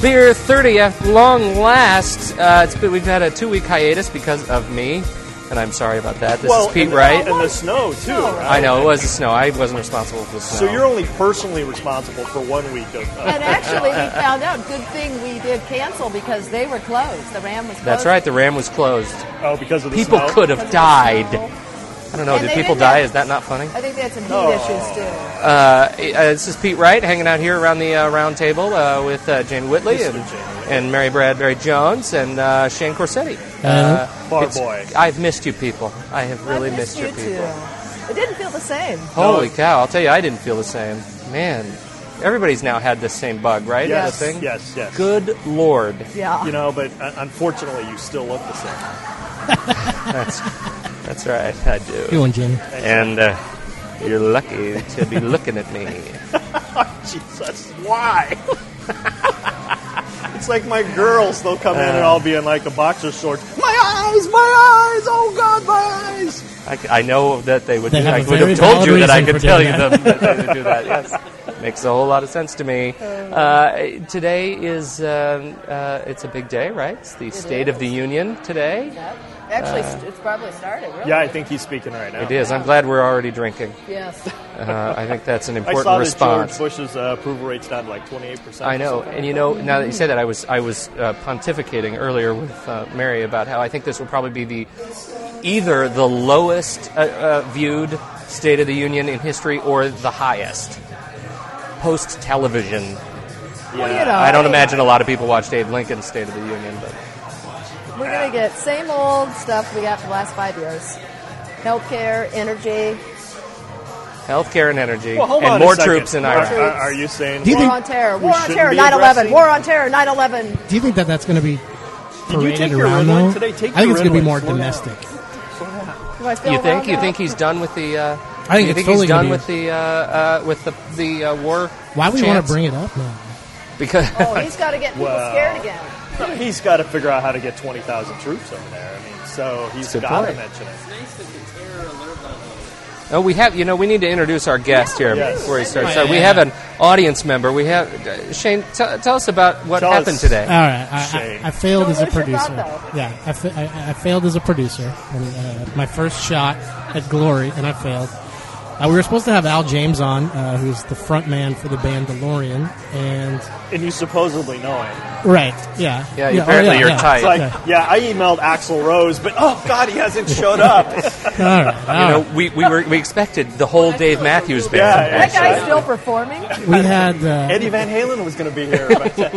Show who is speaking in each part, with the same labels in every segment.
Speaker 1: Beer 30 at long last. Uh, it's been, we've had a two week hiatus because of me, and I'm sorry about that. This
Speaker 2: well,
Speaker 1: is Pete
Speaker 2: and,
Speaker 1: Wright.
Speaker 2: and the snow too. Right?
Speaker 1: I know, it was the snow. I wasn't responsible for the snow.
Speaker 2: So you're only personally responsible for one week of.
Speaker 3: And actually, we found out. Good thing we did cancel because they were closed. The Ram was closed.
Speaker 1: That's right, the Ram was closed.
Speaker 2: oh, because of the
Speaker 1: People
Speaker 2: snow?
Speaker 1: could
Speaker 3: because
Speaker 1: have
Speaker 3: of the
Speaker 1: died.
Speaker 3: snow.
Speaker 1: I don't know,
Speaker 3: And
Speaker 1: did
Speaker 3: they
Speaker 1: people
Speaker 3: didn't have-
Speaker 1: die? Is that not funny?
Speaker 3: I think they had some heat
Speaker 2: No.
Speaker 3: issues too.
Speaker 1: Uh, uh, this is Pete Wright hanging out here around the uh, round table uh, with uh, Jane Whitley and,
Speaker 2: Mr. Jane Whitley.
Speaker 1: and Mary Bradbury Jones and uh, Shane Corsetti. Uh,
Speaker 2: Bar
Speaker 1: it's-
Speaker 2: boy.
Speaker 1: I've missed you people. I have really
Speaker 3: I
Speaker 1: missed,
Speaker 3: missed
Speaker 1: you
Speaker 3: you
Speaker 1: people.
Speaker 3: too. It didn't feel the same.
Speaker 1: Holy cow! I'll tell you, I didn't feel the same. Man, everybody's now had this same bug, right?
Speaker 2: Yes,
Speaker 1: The thing?
Speaker 2: yes, yes.
Speaker 1: Good lord.
Speaker 3: Yeah.
Speaker 2: You know, but uh, unfortunately, you still look the same.
Speaker 1: That's that's right. I do.
Speaker 4: Good one, Jim.
Speaker 1: And uh, you're lucky to be looking at me.
Speaker 2: Jesus, why? it's like my girls. They'll come
Speaker 1: Uh.
Speaker 2: in and I'll be in like a boxer shorts. My eyes, my eyes. Oh God, my eyes.
Speaker 1: I, I know that they would.
Speaker 4: They have
Speaker 1: I
Speaker 4: a
Speaker 1: would
Speaker 4: very
Speaker 1: have told
Speaker 4: valid
Speaker 1: you that I
Speaker 4: reason
Speaker 1: could
Speaker 4: for
Speaker 1: tell you
Speaker 4: doing
Speaker 1: them that they would do that. Yes, makes a whole lot of sense to me. Uh, today is um, uh, it's a big day, right? It's the State of the Union today.
Speaker 3: Yep. Actually, st- it's probably started. Really.
Speaker 2: uh, Yeah, I think he's speaking right now.
Speaker 1: It is. I'm glad we're already drinking.
Speaker 3: Yes.
Speaker 1: Uh, I think that's an
Speaker 2: I
Speaker 1: important
Speaker 2: saw
Speaker 1: response.
Speaker 2: that George Bush's uh, approval rate's down to like 28 percent.
Speaker 1: I know, and you know, now that you say that, I was I was uh, pontificating earlier with uh, Mary about how I think this will probably be the either the lowest uh, uh, viewed State of the Union in history or the highest post television.
Speaker 3: Well, you know,
Speaker 1: I don't
Speaker 2: Uh,
Speaker 3: hey,
Speaker 1: imagine a lot of people watch Abe Lincoln's State of the Union, but
Speaker 3: We're gonna get same old stuff we got for the last five years. Healthcare, energy,
Speaker 1: healthcare and energy
Speaker 2: Well, hold on
Speaker 1: and
Speaker 2: a
Speaker 1: more
Speaker 2: second.
Speaker 1: troops in
Speaker 2: Are-
Speaker 1: Iraq.
Speaker 2: Are, are you saying?
Speaker 4: Do you
Speaker 3: war
Speaker 4: think-
Speaker 3: on terror,
Speaker 2: we
Speaker 3: war on
Speaker 2: shouldn't
Speaker 3: terror,
Speaker 2: be
Speaker 3: 9/11,
Speaker 2: addressing-
Speaker 3: war on terror, 9/11.
Speaker 4: Do you think that that's going to be
Speaker 2: Did you take
Speaker 4: paraded
Speaker 2: your Ritalin
Speaker 4: around though?
Speaker 2: today? Take
Speaker 4: I think
Speaker 2: your
Speaker 4: it's going to
Speaker 2: Ritalin.
Speaker 4: be more
Speaker 2: Slow down.
Speaker 4: domestic.
Speaker 3: Do I feel
Speaker 1: You think
Speaker 3: wrong
Speaker 1: you
Speaker 3: now?
Speaker 1: think he's done with the? Uh,
Speaker 4: I think
Speaker 1: you
Speaker 4: it's
Speaker 1: think
Speaker 4: totally
Speaker 1: he's done
Speaker 4: gonna be-
Speaker 1: with the uh, uh, with the the uh, war.
Speaker 4: Why would you want
Speaker 1: chants?
Speaker 4: to bring it up now?
Speaker 1: Because
Speaker 3: Oh, he's got to get people
Speaker 2: Well.
Speaker 3: scared again.
Speaker 2: He's got to figure out how to get 20,000 troops over there. I mean, so he's
Speaker 1: Good
Speaker 2: got to
Speaker 1: point.
Speaker 2: mention it.
Speaker 1: Oh, we have. You know, we need to introduce our guest here
Speaker 2: Yes.
Speaker 1: before he starts.
Speaker 4: Right,
Speaker 1: So we
Speaker 4: Oh, yeah,
Speaker 1: have
Speaker 4: yeah.
Speaker 1: an audience member. We have uh, Shane. T- tell us about what
Speaker 2: Tell
Speaker 1: happened
Speaker 2: us.
Speaker 1: today.
Speaker 4: All right, I,
Speaker 2: Shame.
Speaker 4: I, I failed
Speaker 3: Don't
Speaker 4: as a
Speaker 3: lose your
Speaker 4: producer.
Speaker 3: thought, though.
Speaker 4: yeah, I, fa- I, I failed as a producer. And, uh, my first shot at glory, and I failed. Uh, we were supposed to have Al James on, uh, who's the front man for the band DeLorean, and
Speaker 2: And you supposedly know him.
Speaker 4: right, yeah,
Speaker 1: Yeah, apparently you're tight.
Speaker 2: It's like,
Speaker 4: Yeah.
Speaker 2: yeah, I emailed Axel Rose, but oh, God, he hasn't showed up.
Speaker 4: All right, all
Speaker 1: you know,
Speaker 4: right.
Speaker 1: we, we were we expected the whole Dave Matthews band.
Speaker 2: Yeah, yeah.
Speaker 3: That guy's
Speaker 2: Exactly.
Speaker 3: still performing. John
Speaker 4: we had uh,
Speaker 2: Eddie Van Halen was going to be here, but uh,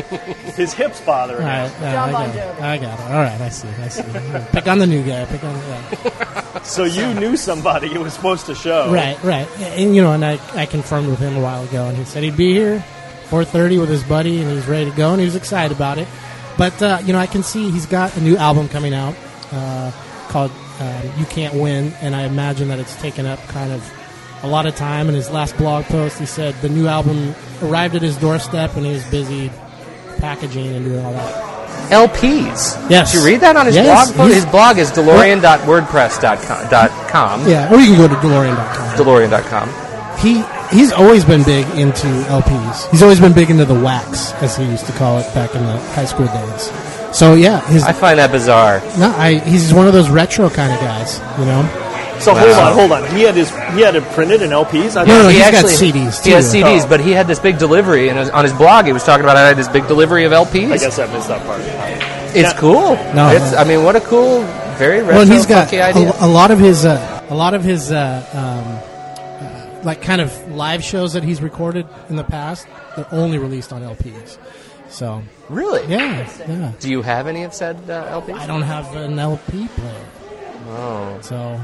Speaker 2: his hips bother
Speaker 4: All
Speaker 2: him.
Speaker 4: right, all right,
Speaker 3: John
Speaker 4: I,
Speaker 3: Bon
Speaker 4: got it.
Speaker 3: Jovi.
Speaker 4: I got it. All right, I see. I see. Pick on the new guy. Pick on. Yeah.
Speaker 2: So you knew somebody you were supposed to show.
Speaker 4: Right, right. And you know, and I, I confirmed with him a while ago, and he said he'd be here 4:30 with his buddy, and he was ready to go, and he was excited about it. But uh, you know, I can see he's got a new album coming out uh, called um, "You Can't Win," and I imagine that it's taken up kind of a lot of time. In his last blog post, he said the new album arrived at his doorstep, and he was busy packaging and doing all that.
Speaker 1: LPs.
Speaker 4: Yes.
Speaker 1: Did you read that on his
Speaker 4: Yes.
Speaker 1: blog? His
Speaker 4: He's-
Speaker 1: blog is DeLorean.wordpress.com.
Speaker 4: Yeah, or you can go to DeLorean.com.
Speaker 1: DeLorean.com.
Speaker 4: he he's always been big into LPs. He's always been big into the wax, as he used to call it back in the high school days. So yeah, his
Speaker 1: I find that bizarre.
Speaker 4: no, I, he's one of those retro kind of guys, you know.
Speaker 2: So
Speaker 1: Wow.
Speaker 2: hold on, hold on. He had his he had it printed in LPs. I thought
Speaker 4: No, no,
Speaker 1: he
Speaker 4: Oh, he's got
Speaker 1: actually,
Speaker 4: CDs,
Speaker 1: He has
Speaker 4: too.
Speaker 1: CDs,
Speaker 2: Oh.
Speaker 1: but he had this big delivery, and it was- on his blog he was talking about I had this big delivery of LPs.
Speaker 2: I guess I missed that part.
Speaker 1: It's
Speaker 2: Yeah.
Speaker 1: cool.
Speaker 4: No.
Speaker 1: it's, I mean, what a cool, very retro,
Speaker 4: well, he's got
Speaker 1: funky idea.
Speaker 4: a, a lot of his uh, a lot of his uh, um, uh, like kind of live shows that he's recorded in the past. They're only released on LPs. So
Speaker 1: Really?
Speaker 4: yeah, yeah.
Speaker 1: Do you have any of said uh, LPs?
Speaker 4: I don't have an LP player. Oh. So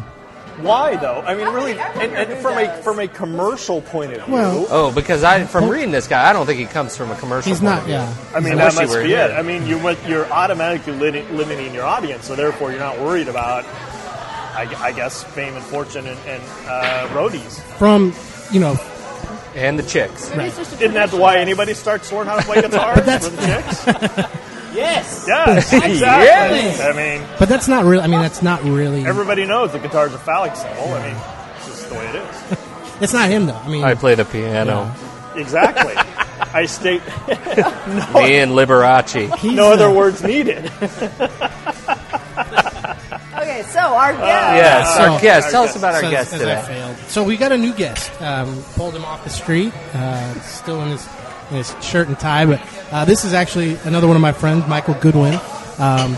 Speaker 2: Why though? I mean, really,
Speaker 3: I wonder
Speaker 2: and, and
Speaker 3: who
Speaker 2: from a
Speaker 3: does.
Speaker 2: from a commercial point of view,
Speaker 4: Well-
Speaker 1: Oh, because I, from reading this guy, I don't think he comes from a commercial.
Speaker 4: he's
Speaker 1: point of
Speaker 4: not.
Speaker 1: view.
Speaker 4: Yeah.
Speaker 2: I mean,
Speaker 1: Unless
Speaker 2: that
Speaker 1: you
Speaker 2: must
Speaker 1: were
Speaker 2: be
Speaker 1: here.
Speaker 2: it. I mean, you went, you're automatically lit- limiting your audience, so therefore you're not worried about, I, gu- I guess, fame and fortune and, and uh, roadies.
Speaker 4: From you know
Speaker 1: And the chicks.
Speaker 3: Maybe it's just a
Speaker 2: Isn't that
Speaker 3: tradition.
Speaker 2: why anybody starts learning how to play guitar for the chicks? yes. Yes. Exactly.
Speaker 4: Yes.
Speaker 2: I mean,
Speaker 4: But that's not really. I mean, that's not really.
Speaker 2: everybody knows the guitar's a phallic symbol. I mean, it's just the way it is.
Speaker 4: It's not him though. I mean,
Speaker 1: I play the piano.
Speaker 2: Exactly. I state
Speaker 1: Me and Liberace.
Speaker 4: He's,
Speaker 2: no other
Speaker 4: uh,
Speaker 2: words needed.
Speaker 3: Okay, so our
Speaker 2: Uh,
Speaker 3: guest.
Speaker 1: Yes, our
Speaker 4: So-
Speaker 1: guest.
Speaker 2: Our
Speaker 1: Tell us
Speaker 2: guest.
Speaker 1: about our
Speaker 4: says-
Speaker 1: guest
Speaker 4: says I
Speaker 1: today.
Speaker 4: failed. So we got a new guest. Um, pulled him off the street. Uh, still in his, in his shirt and tie, but uh, this is actually another one of my friends, Michael Goodwin. Um,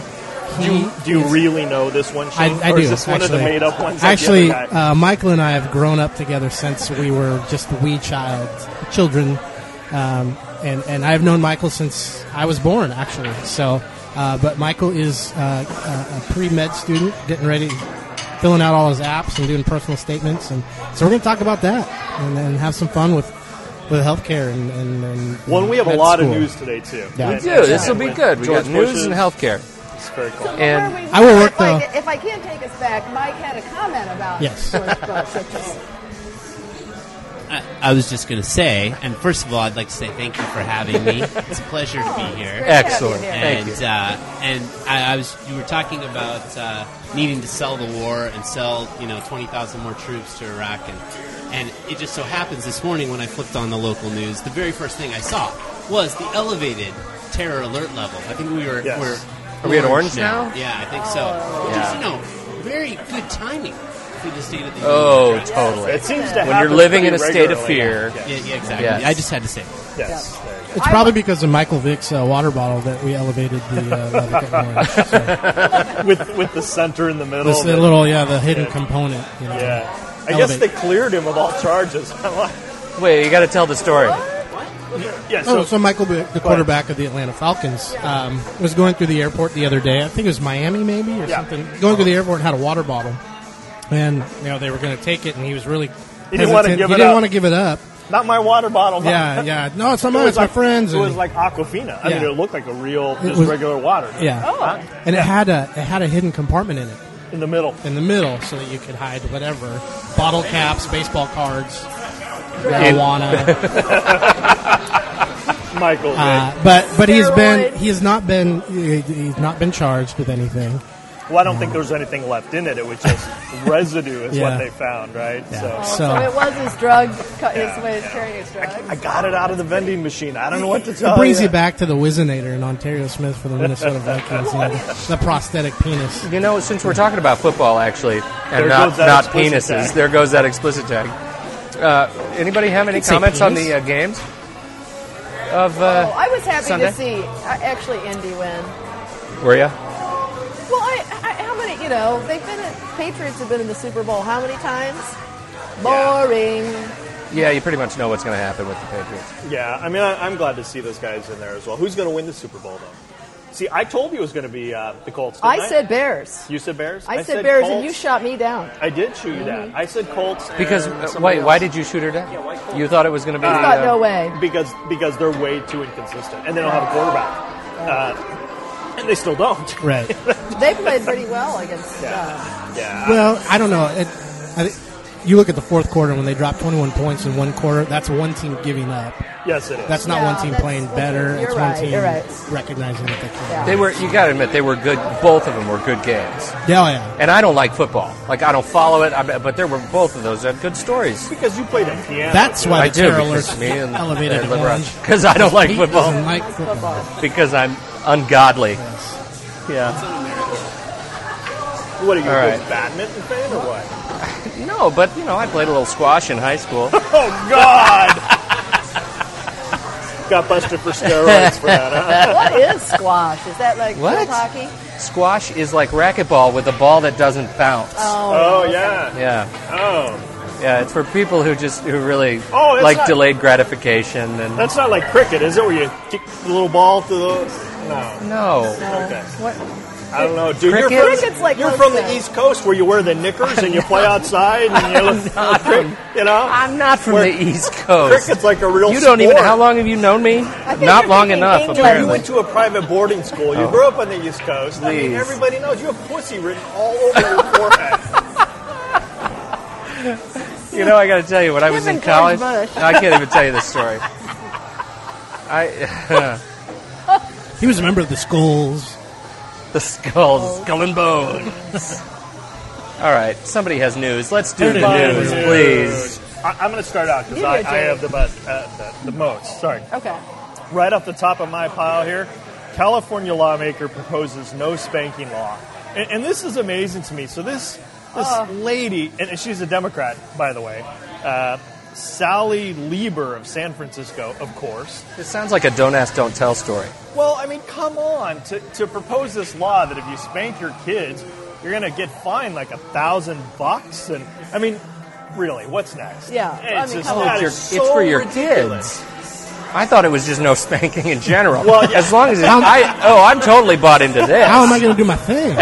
Speaker 2: Do you,
Speaker 4: he
Speaker 2: do you
Speaker 4: is-
Speaker 2: really know this one,
Speaker 4: I,
Speaker 2: Shane?
Speaker 4: I
Speaker 2: or
Speaker 4: do.
Speaker 2: is this one
Speaker 4: actually.
Speaker 2: of the made up ones? like the
Speaker 4: Actually,
Speaker 2: other guy?
Speaker 4: uh, Michael and I have grown up together since we were just wee child children, um, and and I've known Michael since I was born, actually. So, uh, but Michael is uh, a, a pre med student, getting ready, filling out all his apps and doing personal statements, and so we're going to talk about that and then have some fun with with healthcare and and, and
Speaker 2: One, we have a
Speaker 4: med
Speaker 2: lot
Speaker 4: school.
Speaker 2: of news today too.
Speaker 4: Yeah. We
Speaker 1: We do. This will be
Speaker 2: with
Speaker 1: good. We
Speaker 2: George
Speaker 1: got news
Speaker 2: Bush's-
Speaker 1: and healthcare.
Speaker 2: It's very
Speaker 3: So
Speaker 2: cool.
Speaker 1: And-
Speaker 3: before we
Speaker 4: I will work
Speaker 3: if I,
Speaker 4: the-
Speaker 3: can- if I can't take us back, Mike had a comment about
Speaker 4: Yes.
Speaker 3: George Bush. which is-
Speaker 5: I, I was just going to say, and first of all, I'd like to say thank you for having me. It's a pleasure to
Speaker 3: Oh,
Speaker 5: be
Speaker 3: it's
Speaker 5: here.
Speaker 3: great.
Speaker 1: Excellent.
Speaker 3: Yeah,
Speaker 1: Thank
Speaker 5: And
Speaker 1: you.
Speaker 5: uh, and I, I was you were talking about uh, needing to sell the war and sell you know twenty thousand more troops to Iraq and and it just so happens this morning when I flipped on the local news, the very first thing I saw was the elevated terror alert level. I think we were
Speaker 2: Yes.
Speaker 5: we're
Speaker 1: Are we at orange now? Oh.
Speaker 5: Yeah, I think so. Which
Speaker 1: Yeah.
Speaker 5: is you know very good timing for the state of the union
Speaker 1: Oh,
Speaker 5: address.
Speaker 1: totally.
Speaker 2: It seems to
Speaker 1: you're
Speaker 2: happen
Speaker 1: living
Speaker 2: pretty
Speaker 1: in a state of
Speaker 2: regularly.
Speaker 1: fear-
Speaker 2: Yeah.
Speaker 5: Yeah, yeah, exactly.
Speaker 1: Yes.
Speaker 5: I just had to say. it.
Speaker 2: Yes. There you go.
Speaker 4: It's
Speaker 3: I
Speaker 4: probably
Speaker 3: will-
Speaker 4: because of Michael Vick's uh, water bottle that we elevated the uh, level that morning. So-
Speaker 2: with with the center in the middle.
Speaker 4: This
Speaker 2: that-
Speaker 4: little, yeah, the hidden
Speaker 2: Oh, Yeah.
Speaker 4: component. You know.
Speaker 2: yeah. I
Speaker 4: Elevate.
Speaker 2: guess they cleared him of all charges. I'm like,
Speaker 1: Wait, you got to tell the story.
Speaker 2: yeah.
Speaker 4: Oh,
Speaker 2: So,
Speaker 4: so Michael, Vick, the quarterback of the Atlanta Falcons, um, was going through the airport the other day. I think it was Miami, maybe or
Speaker 2: Yeah.
Speaker 4: something. Going through the airport, had a water bottle, and you know they were going to take it, and he was really
Speaker 2: He didn't wanna
Speaker 4: hesitant.
Speaker 2: give
Speaker 4: he
Speaker 2: it
Speaker 4: didn't
Speaker 2: up.
Speaker 4: want to give it up.
Speaker 2: not my water bottle.
Speaker 4: Yeah, yeah. No, it's not
Speaker 2: It
Speaker 4: mine.
Speaker 2: was
Speaker 4: It's my
Speaker 2: like-
Speaker 4: friends.
Speaker 2: It
Speaker 4: and-
Speaker 2: was like Aquafina. I mean,
Speaker 4: Yeah.
Speaker 2: it looked like a real, just
Speaker 4: was-
Speaker 2: regular water.
Speaker 4: yeah,
Speaker 3: Oh.
Speaker 4: and it had a it had a hidden compartment in it
Speaker 2: In the middle.
Speaker 4: in the middle, so that you could hide whatever bottle caps, baseball cards, marijuana.
Speaker 2: Michael.
Speaker 4: Uh, but but he's been
Speaker 3: Steroids.
Speaker 4: he has not been he- he's not been charged with anything.
Speaker 2: well, I don't think there was anything left in it. It was just residue, is
Speaker 4: Yeah.
Speaker 2: what they found, right?
Speaker 4: Yeah.
Speaker 2: So.
Speaker 3: So,
Speaker 4: So-
Speaker 3: it was his drug, co- his
Speaker 2: Yeah,
Speaker 3: way of
Speaker 2: yeah.
Speaker 3: carrying his drug.
Speaker 2: I got it out of the vending machine. I don't know what to tell
Speaker 4: It brings
Speaker 2: you.
Speaker 4: you back to the Wizinator and Ontario Smith for the Minnesota Vikings, you know, the, the prosthetic penis.
Speaker 1: You know, since we're talking about football, actually, and
Speaker 2: There
Speaker 1: not
Speaker 2: goes that
Speaker 1: not
Speaker 2: explicit
Speaker 1: penises,
Speaker 2: tag.
Speaker 1: there goes that explicit tag. Uh, anybody have any
Speaker 4: can say
Speaker 1: comments on
Speaker 4: penis.
Speaker 1: the uh, games of? Uh,
Speaker 3: Oh, I was happy
Speaker 1: Sunday?
Speaker 3: to see uh, actually Indy win.
Speaker 1: were you?
Speaker 3: Well, I, I, how many? You know, they've been in, Patriots have been in the Super Bowl how many times? Boring.
Speaker 1: Yeah, you pretty much know what's going to happen with the Patriots.
Speaker 2: Yeah, I mean, I, I'm glad to see those guys in there as well. Who's going to win the Super Bowl, though? See, I told you it was going to be uh, the Colts. didn't
Speaker 3: I said Bears.
Speaker 2: You said Bears?
Speaker 3: I, said, Mm-hmm. Bears, and
Speaker 2: Colts. Uh,
Speaker 3: you shot me down.
Speaker 2: I did shoot you down. I said Colts.
Speaker 1: Because
Speaker 2: and
Speaker 1: uh,
Speaker 2: somebody
Speaker 1: why why
Speaker 2: else.
Speaker 1: did you shoot her down?
Speaker 2: Yeah, why Colts?
Speaker 1: you thought it was going to be.
Speaker 3: I thought,
Speaker 1: uh,
Speaker 3: no way.
Speaker 2: Because because they're way too inconsistent, and they don't have a quarterback, uh, and they still don't.
Speaker 4: Right.
Speaker 3: They played pretty well against. Uh,
Speaker 2: Yeah. yeah.
Speaker 4: Well, I don't know. It, I, thi- you look at the fourth quarter when they dropped 21 points in one quarter. That's one team giving up.
Speaker 2: yes, it is.
Speaker 4: That's not
Speaker 3: Yeah,
Speaker 4: one team
Speaker 3: that's
Speaker 4: playing
Speaker 3: one
Speaker 4: better.
Speaker 3: team.
Speaker 4: It's
Speaker 3: You're
Speaker 4: one
Speaker 3: right,
Speaker 4: team
Speaker 3: you're right.
Speaker 4: recognizing that they
Speaker 3: Yeah.
Speaker 4: can't.
Speaker 1: They were. You got to admit, they were good. Both of them were good games.
Speaker 4: Yeah, oh, yeah.
Speaker 1: And I don't like football. Like I don't follow it. I, bet- but there were both of those had good stories.
Speaker 2: because you played a piano.
Speaker 4: That's
Speaker 2: dude.
Speaker 4: why
Speaker 1: I
Speaker 4: the
Speaker 1: do
Speaker 4: terror
Speaker 1: because
Speaker 4: alerts
Speaker 1: me and
Speaker 4: elevated to orange. Oh,
Speaker 1: because I don't like
Speaker 4: He
Speaker 1: football.
Speaker 4: doesn't like football.
Speaker 3: uh, football.
Speaker 1: because I'm ungodly. Yeah.
Speaker 2: What are you,
Speaker 1: All
Speaker 2: a big
Speaker 1: right.
Speaker 2: badminton fan or what?
Speaker 1: No, but you know, I played a little squash in high school.
Speaker 2: Oh God! Got busted for steroids for that, huh?
Speaker 3: what is squash? Is that like
Speaker 1: What?
Speaker 3: field hockey?
Speaker 1: squash is like racquetball with a ball that doesn't bounce.
Speaker 2: Oh yeah.
Speaker 1: Yeah,
Speaker 2: Oh,
Speaker 1: yeah. It's for people who just who really
Speaker 2: Oh, it's
Speaker 1: like
Speaker 2: not-
Speaker 1: delayed gratification and
Speaker 2: that's not like cricket, is it? Where you kick the little ball to the no.
Speaker 1: no.
Speaker 2: Okay.
Speaker 3: What?
Speaker 2: I don't know, dude.
Speaker 1: Cricket?
Speaker 2: You're
Speaker 3: Cricket's
Speaker 2: from,
Speaker 3: like
Speaker 2: you're from the
Speaker 3: Costa.
Speaker 2: East Coast where you wear the knickers and you play outside and you look, you know.
Speaker 1: I'm not from
Speaker 2: Where-
Speaker 1: the East Coast.
Speaker 2: Cricket's like a real.
Speaker 1: you don't even.
Speaker 2: sport.
Speaker 1: How long have you known me?
Speaker 3: think
Speaker 1: Not
Speaker 3: you're
Speaker 1: long
Speaker 3: thinking
Speaker 1: enough,
Speaker 3: England.
Speaker 2: You
Speaker 1: apparently.
Speaker 2: went to a private boarding school. You
Speaker 1: Oh.
Speaker 2: grew up on the East Coast. I mean,
Speaker 1: Please.
Speaker 2: everybody knows you have pussy written all over your forehead.
Speaker 1: You know, I got to tell you, when I was
Speaker 3: Him
Speaker 1: in
Speaker 3: and George
Speaker 1: college,
Speaker 3: Bush.
Speaker 1: I can't even tell you this story. I
Speaker 4: He was a member of the Skulls.
Speaker 1: the skulls, skull and bones. All right, somebody has news. Let's do the
Speaker 2: Everybody
Speaker 1: news,
Speaker 2: has news.
Speaker 1: please.
Speaker 2: I, I'm going to start out because
Speaker 3: You
Speaker 2: I,
Speaker 3: do,
Speaker 2: I
Speaker 3: Jay.
Speaker 2: have the, best, uh, the, the most. Sorry.
Speaker 3: Okay.
Speaker 2: Right off the top of my pile here, California lawmaker proposes no spanking law, and, and this is amazing to me. So this this
Speaker 3: Uh.
Speaker 2: lady, and and she's a Democrat, by the way. Uh, Sally Lieber of San Francisco, of course.
Speaker 1: It sounds like a don't ask, don't tell story.
Speaker 2: Well, I mean, come on. To, to propose this law that if you spank your kids, you're going to get fined like a thousand bucks. And I mean, really, what's next?
Speaker 3: Yeah,
Speaker 2: It's
Speaker 3: I mean,
Speaker 2: just,
Speaker 3: come on.
Speaker 1: Oh, It's
Speaker 2: that
Speaker 1: your-
Speaker 2: is
Speaker 1: it's
Speaker 2: so
Speaker 1: for your
Speaker 2: ridiculous.
Speaker 1: kids. I thought it was just no spanking in general.
Speaker 2: Well, yeah.
Speaker 1: as long as it, I oh, I'm totally bought into this.
Speaker 4: How am I going to do my thing?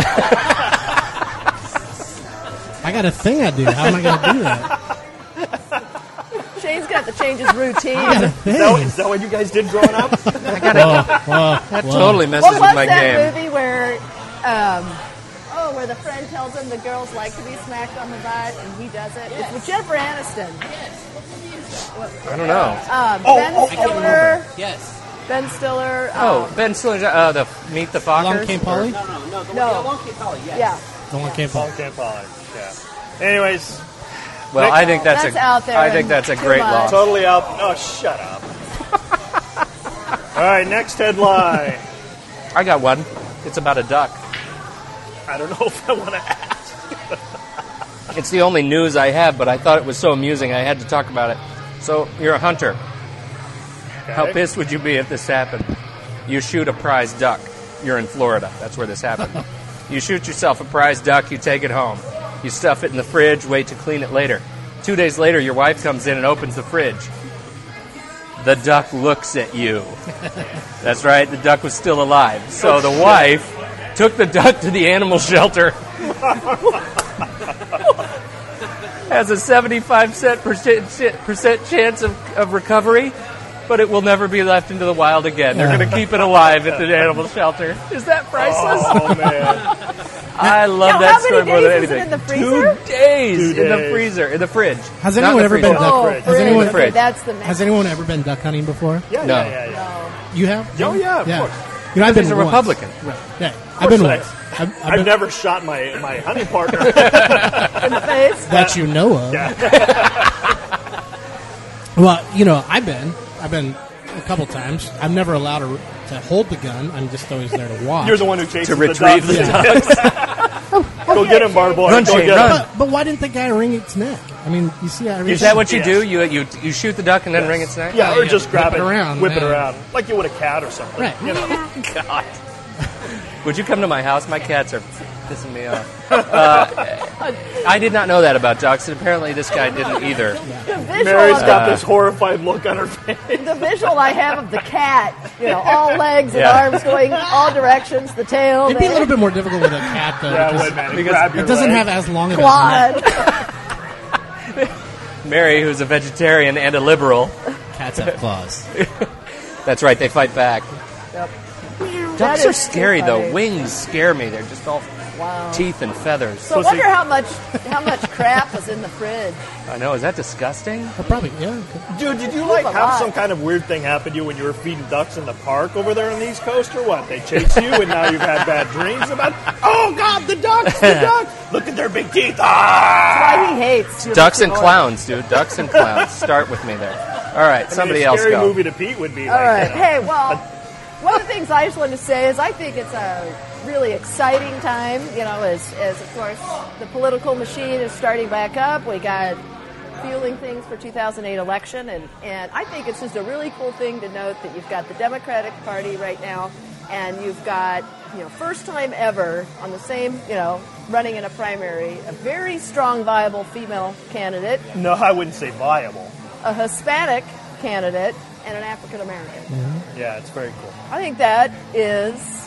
Speaker 4: I got a thing I do. How am I going to do that?
Speaker 3: Shane's got to change his routine.
Speaker 4: I got
Speaker 3: what
Speaker 4: a
Speaker 2: Is that, what,
Speaker 4: thing.
Speaker 2: is that what you guys did growing up?
Speaker 4: Whoa, whoa,
Speaker 1: That
Speaker 4: whoa.
Speaker 1: totally messes
Speaker 3: was
Speaker 1: with my
Speaker 3: that
Speaker 1: game.
Speaker 3: movie where, um, oh, where the friend tells him the girls like to be smacked on the butt and he does it? It's with Jennifer Aniston.
Speaker 1: I don't know.
Speaker 3: Um,
Speaker 2: Oh,
Speaker 3: ben
Speaker 2: oh, oh.
Speaker 3: Stiller.
Speaker 5: Yes.
Speaker 3: Ben Stiller.
Speaker 1: Oh,
Speaker 3: um,
Speaker 1: Ben Stiller, uh, the Meet the Fockers.
Speaker 4: Along came Polly.
Speaker 5: No, no, no. The
Speaker 3: No.
Speaker 5: yeah, Long Kid Polly, yes.
Speaker 3: yeah.
Speaker 4: Along came
Speaker 2: Paul
Speaker 4: Polly.
Speaker 2: Campoli, yeah. Anyways,
Speaker 1: Well, I think that's,
Speaker 3: That's
Speaker 1: a.
Speaker 3: out there
Speaker 1: I think
Speaker 3: and
Speaker 1: that's a
Speaker 3: too
Speaker 1: great
Speaker 3: much.
Speaker 1: law.
Speaker 2: totally up. Oh, shut up. All right, next headline.
Speaker 1: I got one. It's about a duck.
Speaker 2: I don't know if I want to ask.
Speaker 1: It's the only news I have, but I thought it was so amusing I had to talk about it. So you're a hunter. How
Speaker 2: Okay.
Speaker 1: pissed would you be if this happened? You shoot a prize duck. You're in Florida. That's where this happened. you shoot yourself a prize duck, you take it home. You stuff it in the fridge, wait to clean it later. Two days later, your wife comes in and opens the fridge. The duck looks at you. That's right, the duck was still alive. So the wife took the duck to the animal shelter. Has a 75 cent percent, percent chance of, of recovery, but it will never be left into the wild again. They're going to keep it alive at the animal shelter. Is that priceless?
Speaker 2: Oh man,
Speaker 1: I love
Speaker 3: Now,
Speaker 1: that
Speaker 3: how
Speaker 1: story
Speaker 3: many
Speaker 1: more than
Speaker 3: days was
Speaker 1: anything.
Speaker 3: it in the freezer?
Speaker 1: Two days
Speaker 2: Two
Speaker 1: in the
Speaker 2: days.
Speaker 1: freezer, in the fridge.
Speaker 4: Has
Speaker 1: Not in
Speaker 4: anyone
Speaker 1: the
Speaker 4: ever
Speaker 1: freezer.
Speaker 4: been-
Speaker 3: Oh,
Speaker 2: fridge.
Speaker 3: fridge.
Speaker 4: Has anyone-
Speaker 3: Okay, that's the
Speaker 4: Has anyone ever been duck hunting before?
Speaker 2: yeah,
Speaker 1: No.
Speaker 2: yeah, yeah, yeah.
Speaker 4: You have?
Speaker 2: Oh, yeah, of
Speaker 4: yeah.
Speaker 2: course.
Speaker 4: You know, I've been
Speaker 1: He's a
Speaker 4: once.
Speaker 1: Republican.
Speaker 4: Right. Yeah, I've been
Speaker 2: I-
Speaker 4: once. I've, I've
Speaker 2: I've
Speaker 4: been-
Speaker 2: never shot my my hunting partner.
Speaker 3: in the face?
Speaker 4: that you know of. well, you know, I've been, I've been a couple times. I'm never allowed to, to hold the gun. I'm just always there to watch.
Speaker 2: You're the one who chases
Speaker 1: To
Speaker 2: the
Speaker 1: retrieve
Speaker 2: ducks.
Speaker 1: the
Speaker 4: Yeah.
Speaker 2: Go get him, Barboy.
Speaker 1: Run,
Speaker 2: Go
Speaker 1: Shane,
Speaker 2: get him.
Speaker 1: run.
Speaker 4: but, but why didn't the guy wring its neck? I mean, you see, I
Speaker 1: Is that what you
Speaker 2: Yes.
Speaker 1: do? You, you you shoot the duck and then ring its neck?
Speaker 2: Yeah,
Speaker 4: Yeah,
Speaker 2: or
Speaker 4: yeah.
Speaker 2: just grab
Speaker 4: Whip
Speaker 2: it,
Speaker 4: it around,
Speaker 2: whip it
Speaker 4: yeah.
Speaker 2: around, like you would a cat or something.
Speaker 4: Right.
Speaker 2: You know?
Speaker 1: God. Would you come to my house? My cats are pissing me off. Uh, I did not know that about ducks, and apparently this guy didn't either.
Speaker 3: The visual,
Speaker 2: Mary's
Speaker 3: of
Speaker 2: got
Speaker 1: Uh,
Speaker 3: the,
Speaker 2: this horrified look on her face.
Speaker 3: the visual I have of the cat, you know, all legs and
Speaker 1: Yeah.
Speaker 3: arms going all directions, the tail,
Speaker 4: It'd be a
Speaker 3: the
Speaker 4: little bit more difficult with a cat, though.
Speaker 2: Yeah,
Speaker 4: because
Speaker 2: wait, man.
Speaker 1: because
Speaker 2: grab
Speaker 4: it
Speaker 2: your
Speaker 4: doesn't
Speaker 2: leg.
Speaker 4: have as long of a neck.
Speaker 3: quad.
Speaker 1: Mary, who's a vegetarian and a liberal.
Speaker 5: Cats have claws.
Speaker 1: That's right, they fight back.
Speaker 3: That
Speaker 1: Ducks are
Speaker 3: is too
Speaker 1: scary, though.
Speaker 3: funny.
Speaker 1: Wings scare me. They're just all
Speaker 3: Wow.
Speaker 1: teeth and feathers.
Speaker 3: So I
Speaker 2: Pussy.
Speaker 3: wonder how much how much crap was in the fridge.
Speaker 1: I know, is that disgusting?
Speaker 4: Well, probably, yeah. okay.
Speaker 2: Dude, did you like
Speaker 3: Poop a
Speaker 2: have
Speaker 3: lot.
Speaker 2: some kind of weird thing happen to you when you were feeding ducks in the park over there on the East Coast, or what? They chase you, and now you've had bad dreams about. Oh God, the ducks! The ducks! Look at their big teeth! Ah!
Speaker 3: Why he hates your
Speaker 1: Ducks and
Speaker 3: Mickey Mouse.
Speaker 1: clowns, dude. Ducks and clowns. Start with me there. All right, somebody
Speaker 2: I mean, a
Speaker 1: else
Speaker 2: scary
Speaker 1: go.
Speaker 2: movie to Pete would be.
Speaker 3: All
Speaker 2: like,
Speaker 3: right.
Speaker 2: you know,
Speaker 3: Hey, well, one of the things I just wanted to say is I think it's a really exciting time. You know, as as of course the political machine is starting back up. We got fueling things for 2008 election, and and I think it's just a really cool thing to note that you've got the Democratic Party right now, and you've got you know first time ever on the same you know running in a primary a very strong viable female candidate
Speaker 2: No, I wouldn't say viable.
Speaker 3: a Hispanic candidate and an African American.
Speaker 2: Yeah, it's very cool.
Speaker 3: I think that is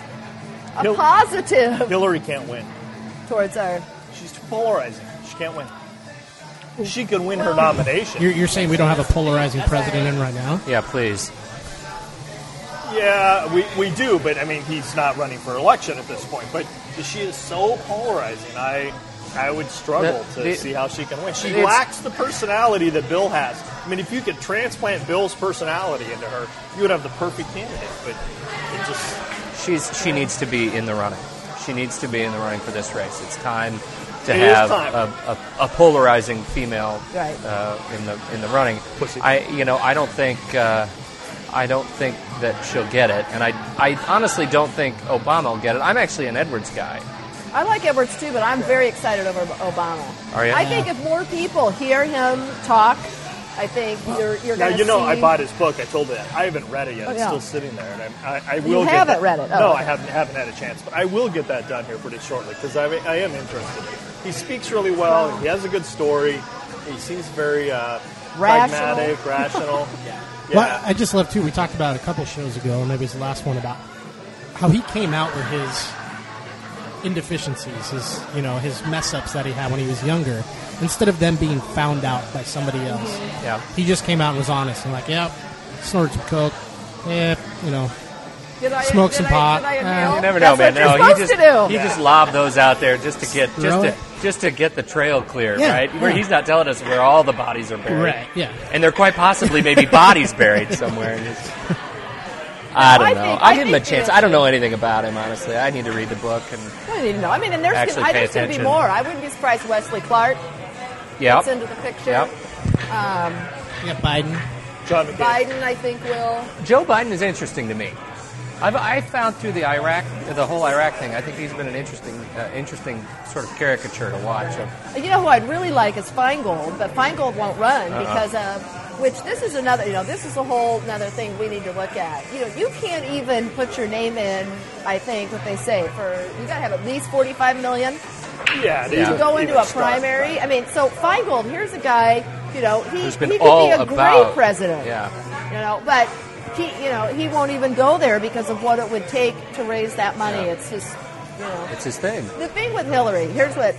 Speaker 3: a
Speaker 2: Nope.
Speaker 3: positive
Speaker 2: Hillary can't win.
Speaker 3: towards our.
Speaker 2: She's too polarizing. She can't win. She could win her nomination.
Speaker 4: You're, you're saying we don't have a polarizing president in right now?
Speaker 1: Yeah, please.
Speaker 2: Yeah, we, we do, but I mean, he's not running for election at this point. But she is so polarizing. I I would struggle
Speaker 1: The-
Speaker 2: to
Speaker 1: the-
Speaker 2: see how she can win. She
Speaker 1: it's-
Speaker 2: lacks the personality that Bill has. I mean, if you could transplant Bill's personality into her, you would have the perfect candidate. But it just
Speaker 1: She's she needs to be in the running. She needs to be in the running for this race. It's time to to
Speaker 2: It is
Speaker 1: have
Speaker 2: time.
Speaker 1: a, a, a polarizing female
Speaker 3: Right.
Speaker 1: uh, in the in the running.
Speaker 2: Pussy.
Speaker 1: I you know I don't think uh, I don't think that she'll get it, and I I honestly don't think Obama will get it. I'm actually an Edwards guy.
Speaker 3: I like Edwards too, but I'm very excited over Obama.
Speaker 1: Are ya?
Speaker 3: I think if more people hear him talk, I think you're you're
Speaker 2: Now
Speaker 3: going to
Speaker 2: you know
Speaker 3: see. Oh,
Speaker 2: I bought his book. I told you that I haven't read it yet. It's
Speaker 3: Yeah.
Speaker 2: still sitting there, and I'm, I, I
Speaker 3: You
Speaker 2: will. get
Speaker 3: haven't
Speaker 2: that-
Speaker 3: read it? Oh,
Speaker 2: no, I
Speaker 3: okay.
Speaker 2: haven't haven't had a chance, but I will get that done here pretty shortly because I, I am interested. He speaks really well. He has a good story. He seems very uh,
Speaker 3: Rational.
Speaker 2: pragmatic, rational. yeah.
Speaker 4: Well, I just love too. We talked about it a couple shows ago, or maybe it's the last one about how he came out with his indeficiencies, his you know his mess ups that he had when he was younger. Instead of them being found out by somebody else,
Speaker 1: Yeah.
Speaker 4: he just came out and was honest and like, yep, snorted some coke, yep, you know,
Speaker 3: Did I-
Speaker 4: Smoke
Speaker 3: did
Speaker 4: some
Speaker 3: I-
Speaker 4: pot.
Speaker 3: did I
Speaker 4: Eh, you
Speaker 3: inhale?
Speaker 1: You never know,
Speaker 3: That's
Speaker 1: man.
Speaker 3: What you're
Speaker 1: no, he
Speaker 3: supposed
Speaker 1: just
Speaker 3: to do.
Speaker 1: he just lobbed those out there just to get just
Speaker 4: Throw
Speaker 1: to
Speaker 4: it.
Speaker 1: just to get the trail clear,
Speaker 4: Yeah,
Speaker 1: right? Where
Speaker 4: yeah.
Speaker 1: he's not telling us where all the bodies are buried,
Speaker 4: Right, yeah.
Speaker 1: And there quite possibly maybe bodies buried somewhere. and just- I don't
Speaker 3: I
Speaker 1: know.
Speaker 3: think-
Speaker 1: I
Speaker 3: I
Speaker 1: give him a
Speaker 3: think he
Speaker 1: chance.
Speaker 3: is.
Speaker 1: I don't know anything about him, honestly. I need to read the book and
Speaker 3: I didn't know. I mean, and there's
Speaker 1: Actually
Speaker 3: gonna, I
Speaker 1: pay
Speaker 3: think there's going to be
Speaker 1: attention.
Speaker 3: more. I wouldn't be surprised. Wesley Clark
Speaker 1: yeah,
Speaker 3: gets into the picture.
Speaker 1: Yep.
Speaker 4: yeah, Biden.
Speaker 2: John McCain.
Speaker 3: Biden, I think, will.
Speaker 1: Joe Biden is interesting to me. I've I found through the Iraq, the whole Iraq thing. I think he's been an interesting, uh, interesting sort of caricature to watch. Of,
Speaker 3: You know who I'd really like is Feingold, but Feingold won't run
Speaker 1: Uh-huh.
Speaker 3: because of which this is another you know this is a whole another thing we need to look at. You know you can't even put your name in. I think what they say for you got to have at least forty five million
Speaker 2: yeah,
Speaker 3: to
Speaker 2: even-
Speaker 3: go into
Speaker 2: even
Speaker 3: a
Speaker 2: start.
Speaker 3: primary. I mean, so Feingold here's a guy you know he
Speaker 1: who's been
Speaker 3: he could
Speaker 1: all
Speaker 3: be a
Speaker 1: about
Speaker 3: great president.
Speaker 1: Yeah.
Speaker 3: you know, but he you know he won't even go there because of what it would take to raise that money.
Speaker 1: Yeah.
Speaker 3: It's just you know
Speaker 1: It's his thing.
Speaker 3: the thing with Hillary, here's what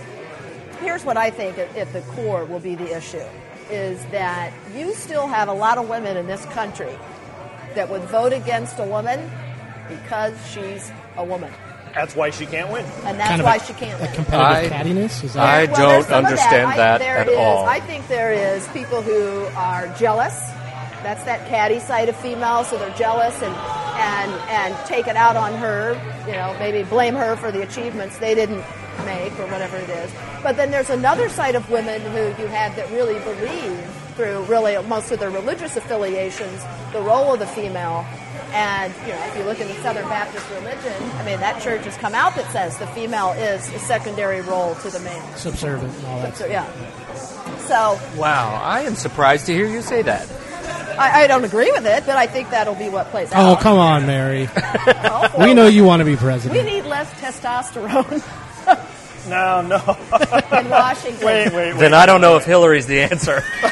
Speaker 3: here's what I think at, at the core will be the issue is that you still have a lot of women in this country that would vote against a woman because she's a woman,
Speaker 2: That's why she can't win.
Speaker 3: and that's
Speaker 4: kind of
Speaker 3: why
Speaker 4: a,
Speaker 3: she can't
Speaker 4: a
Speaker 3: win.
Speaker 4: competitive
Speaker 1: I-
Speaker 4: cattiness. Is
Speaker 1: I
Speaker 4: that
Speaker 3: Well, there's
Speaker 1: don't
Speaker 3: some of
Speaker 1: understand that
Speaker 3: I, there
Speaker 1: at
Speaker 3: is-
Speaker 1: all.
Speaker 3: I think there is people who are jealous. That's that catty side of females, so they're jealous and and and take it out on her. You know, maybe blame her for the achievements they didn't make or whatever it is. But then there's another side of women who you have that really believe through really most of their religious affiliations the role of the female. And you know, if you look at the Southern Baptist religion, I mean that church has come out that says the female is a secondary role to the male.
Speaker 4: subservient and all that?
Speaker 3: So yeah. So
Speaker 1: Wow, I am surprised to hear you say that.
Speaker 3: I, I don't agree with it, but I think that'll be what plays
Speaker 4: Oh
Speaker 3: out.
Speaker 4: come on, Mary.
Speaker 3: Well, for-
Speaker 4: We know you want to be
Speaker 3: We
Speaker 4: president.
Speaker 3: need less testosterone
Speaker 2: No, no.
Speaker 3: in Washington.
Speaker 2: Wait, wait, wait.
Speaker 1: Then I don't know if Hillary's the answer.
Speaker 3: No,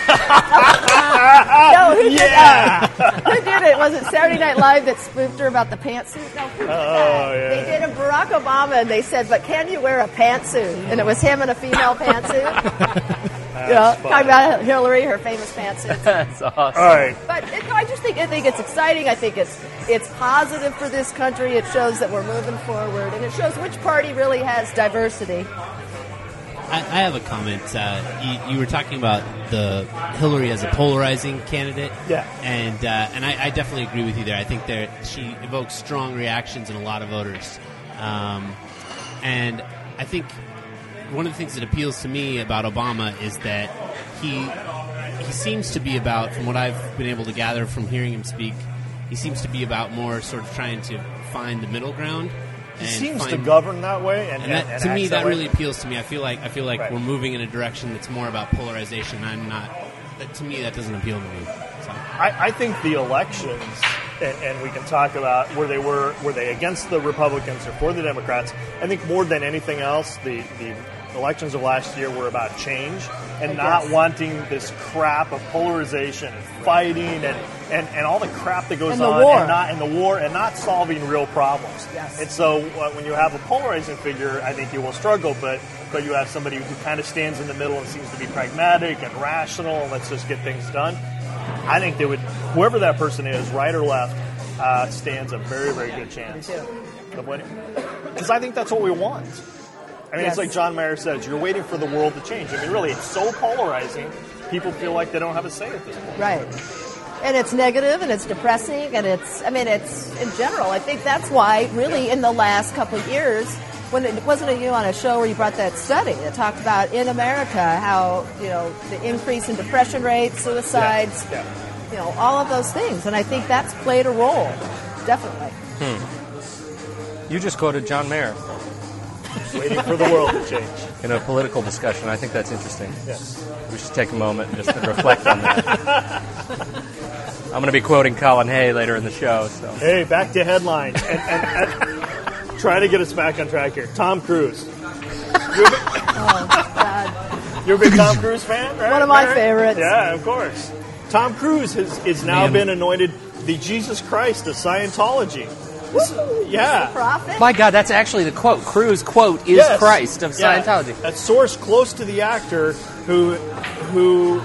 Speaker 3: who did
Speaker 2: Yeah.
Speaker 3: that? Who did it? Was it Saturday Night Live that spoofed her about the pantsuit? No, who did that?
Speaker 2: Oh, yeah.
Speaker 3: They did a Barack Obama, and they said, "But can you wear a pantsuit?" And it was him in a female pantsuit. yeah, talking about Hillary, her famous pantsuit.
Speaker 1: That's awesome.
Speaker 2: All right.
Speaker 3: But it, no, I just think I think it's exciting. I think it's it's positive for this country. It shows that we're moving forward, and it shows which party really has diversity.
Speaker 5: I, I have a comment. Uh, you, you were talking about the Hillary as a polarizing candidate.
Speaker 2: Yeah.
Speaker 5: and uh, and I, I definitely agree with you there. I think that she evokes strong reactions in a lot of voters, um, and I think one of the things that appeals to me about Obama is that he he seems to be about, from what I've been able to gather from hearing him speak, he seems to be about more sort of trying to find the middle ground.
Speaker 2: He
Speaker 5: and
Speaker 2: seems to
Speaker 5: find-
Speaker 2: govern that way, and,
Speaker 5: and that,
Speaker 2: and
Speaker 5: to me
Speaker 2: acts
Speaker 5: that
Speaker 2: way.
Speaker 5: really appeals to me i feel like i feel like
Speaker 2: Right.
Speaker 5: we're moving in a direction that's more about polarization i'm not that, to me that doesn't appeal to me so,
Speaker 2: I, I think the elections, and, and we can talk about where they were, were they against the Republicans or for the Democrats? I think more than anything else, the, the elections of last year were about change and
Speaker 3: I
Speaker 2: not
Speaker 3: guess.
Speaker 2: wanting this crap of polarization and fighting and, and, and all the crap that goes
Speaker 3: And the
Speaker 2: on
Speaker 3: war.
Speaker 2: and not in the war and not solving real problems.
Speaker 3: Yes.
Speaker 2: And so uh, when you have a polarizing figure, I think you will struggle, but but you have somebody who kind of stands in the middle and seems to be pragmatic and rational and let's just get things done. I think they would, whoever that person is, right or left, uh, stands a very, very good chance
Speaker 3: Me too.
Speaker 2: of winning. Because I think that's what we want. I mean,
Speaker 3: Yes.
Speaker 2: it's like John Mayer says, you're waiting for the world to change. I mean, really, it's so polarizing, people feel like they don't have a say at this point.
Speaker 3: Right. And it's negative and it's depressing and it's, I mean, it's in general. I think that's why, really, in the last couple of years, when it wasn't it you on a show where you brought that study that talked about in America how you know the increase in depression rates, suicides,
Speaker 2: Yeah,
Speaker 3: you know, all of those things, and I think that's played a role, definitely.
Speaker 1: You just quoted John Mayer
Speaker 2: waiting for the world to change.
Speaker 1: in a political discussion. I think that's interesting.
Speaker 2: Yes.
Speaker 1: We should take a moment and just reflect on that. I'm going to be quoting Colin Hay later in the show. So
Speaker 2: Hey, back to headlines and, and, and try to get us back on track here. Tom Cruise.
Speaker 3: Oh, God.
Speaker 2: You're a big Tom Cruise fan, right?
Speaker 3: One of my
Speaker 2: Mary?
Speaker 3: favorites.
Speaker 2: Yeah, of course. Tom Cruise has, is now
Speaker 1: Man.
Speaker 2: been anointed the Jesus Christ of Scientology.
Speaker 3: Woo!
Speaker 2: yeah.
Speaker 3: The prophet.
Speaker 1: my God, that's actually the quote. Cruz quote is
Speaker 2: Yes.
Speaker 1: Christ of
Speaker 2: Yeah.
Speaker 1: Scientology.
Speaker 2: A source close to the actor who who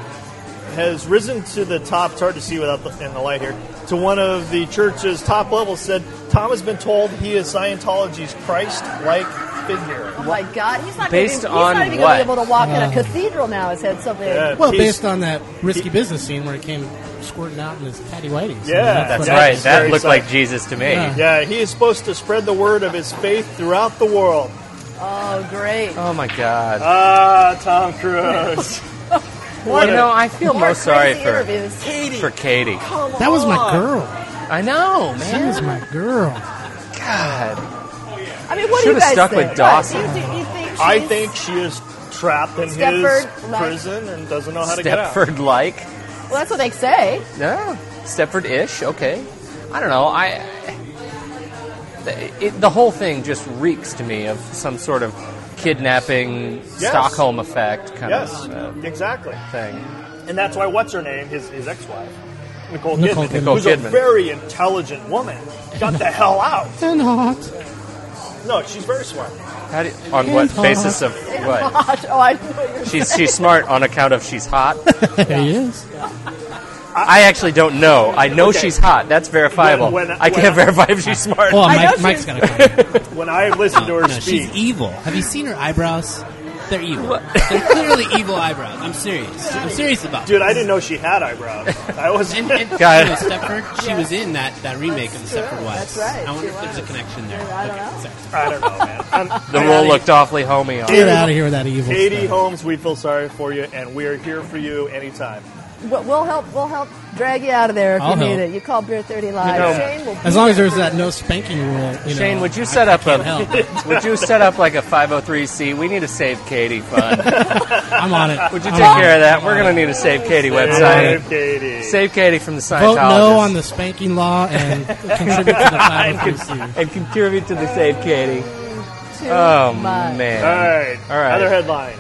Speaker 2: has risen to the top. It's hard to see without the, in the light here. To one of the church's top levels, said Tom has been told he is Scientology's Christ-like figure.
Speaker 3: Oh my God, he's not
Speaker 1: Based
Speaker 3: gonna be, he's
Speaker 1: on
Speaker 3: not even
Speaker 1: what?
Speaker 3: going to be able to walk in a cathedral now. Has had something.
Speaker 2: Yeah,
Speaker 4: Well,
Speaker 2: he's-
Speaker 4: based on that risky
Speaker 2: he-
Speaker 4: business scene where it came squirting out in his catty whities.
Speaker 2: Yeah,
Speaker 1: That's
Speaker 2: Yeah,
Speaker 1: right.
Speaker 2: it's
Speaker 1: That
Speaker 2: very
Speaker 1: looked
Speaker 2: exciting.
Speaker 1: like Jesus to me.
Speaker 4: Yeah.
Speaker 2: Yeah, he is supposed to spread the word of his faith throughout the world.
Speaker 3: Oh, great.
Speaker 1: Oh my God.
Speaker 2: Ah, Tom Cruise.
Speaker 1: you know, I feel
Speaker 3: More
Speaker 1: most sorry
Speaker 3: crazy
Speaker 1: for
Speaker 3: interviews.
Speaker 2: Katie.
Speaker 1: for Katie.
Speaker 4: That was my girl.
Speaker 1: I know,
Speaker 4: She
Speaker 1: man.
Speaker 4: was my girl.
Speaker 1: God.
Speaker 3: I mean, what do
Speaker 1: Should've
Speaker 3: you guys
Speaker 1: stuck
Speaker 3: think?
Speaker 1: with Dawson.
Speaker 3: What, do you, do you think
Speaker 2: I
Speaker 3: she's-
Speaker 2: think she is trapped in his
Speaker 3: Stepford, like-
Speaker 2: prison and doesn't know how to get out.
Speaker 1: Stepford like.
Speaker 3: Well, that's what they say.
Speaker 1: Yeah, Stepford ish. Okay, I don't know. I it, the whole thing just reeks to me of some sort of kidnapping Stockholm effect kind
Speaker 2: Yes,
Speaker 1: of uh,
Speaker 2: exactly.
Speaker 1: thing.
Speaker 2: And that's why what's her name, his, his ex-wife, Nicole,
Speaker 4: Nicole
Speaker 2: Kidman,
Speaker 4: Kidman. Nicole
Speaker 2: who's a
Speaker 1: Kidman.
Speaker 2: very intelligent woman, got the hell out.
Speaker 4: And hot.
Speaker 2: No, she's very smart.
Speaker 1: How do you- on what
Speaker 4: Hot.
Speaker 1: basis of what?
Speaker 3: oh, I know what you're
Speaker 1: She's she's smart on account of she's hot.
Speaker 4: There he is.
Speaker 1: I actually don't know. I know
Speaker 2: Okay.
Speaker 1: she's hot. That's verifiable.
Speaker 2: When- when-
Speaker 1: I can't
Speaker 2: when-
Speaker 1: verify if she's smart.
Speaker 4: Well,
Speaker 3: I know
Speaker 4: Mike,
Speaker 3: she was-
Speaker 4: Mike's gonna come.
Speaker 2: When I listened to her
Speaker 5: no,
Speaker 2: speak,
Speaker 5: she's e- evil. Have you seen her eyebrows? They're evil. They're clearly evil eyebrows. I'm serious. I'm serious about
Speaker 2: dude,
Speaker 5: this.
Speaker 2: I didn't know she had eyebrows. I was
Speaker 5: And, and
Speaker 1: Got
Speaker 5: you know,
Speaker 1: it.
Speaker 5: Stepford, she was in that, that remake of The
Speaker 3: That's
Speaker 5: Stepford
Speaker 3: true.
Speaker 5: Wives.
Speaker 3: That's right.
Speaker 5: I wonder
Speaker 3: She
Speaker 5: if there's a
Speaker 3: was.
Speaker 5: connection there.
Speaker 3: I don't know.
Speaker 5: okay, sorry.
Speaker 2: I don't know, man. I'm-
Speaker 1: the
Speaker 2: I'm
Speaker 1: role
Speaker 2: outta
Speaker 1: looked awfully homey on.
Speaker 4: Get out of here with that evil
Speaker 2: Katie
Speaker 4: stuff.
Speaker 2: Holmes, we feel sorry for you, and we are here for you anytime.
Speaker 3: We'll, we'll help. We'll help drag you out of there if
Speaker 4: I'll
Speaker 3: you need
Speaker 4: help.
Speaker 3: it. You call Beer Thirty Live.
Speaker 1: You know,
Speaker 3: Shane will
Speaker 4: As
Speaker 3: be
Speaker 4: long as
Speaker 3: there
Speaker 4: there's
Speaker 3: for
Speaker 4: that
Speaker 3: you.
Speaker 4: no spanking rule. You
Speaker 1: Shane,
Speaker 4: know,
Speaker 1: would you
Speaker 4: I-
Speaker 1: set
Speaker 4: I
Speaker 1: up
Speaker 4: can't
Speaker 1: a
Speaker 4: help.
Speaker 1: would you set up like a 503c? We need a save Katie fund.
Speaker 4: I'm on it.
Speaker 1: Would you
Speaker 4: I'm
Speaker 1: take
Speaker 4: on it.
Speaker 1: care of that? We're going to need a Save Katie website.
Speaker 2: Save Katie.
Speaker 1: Save Katie from the Scientologists.
Speaker 4: Vote no on the spanking law and contribute to the 501c.
Speaker 1: and contribute to the Save Katie.
Speaker 3: Too
Speaker 1: Oh,
Speaker 3: much.
Speaker 1: man.
Speaker 2: All right.
Speaker 1: All right.
Speaker 2: Other headlines.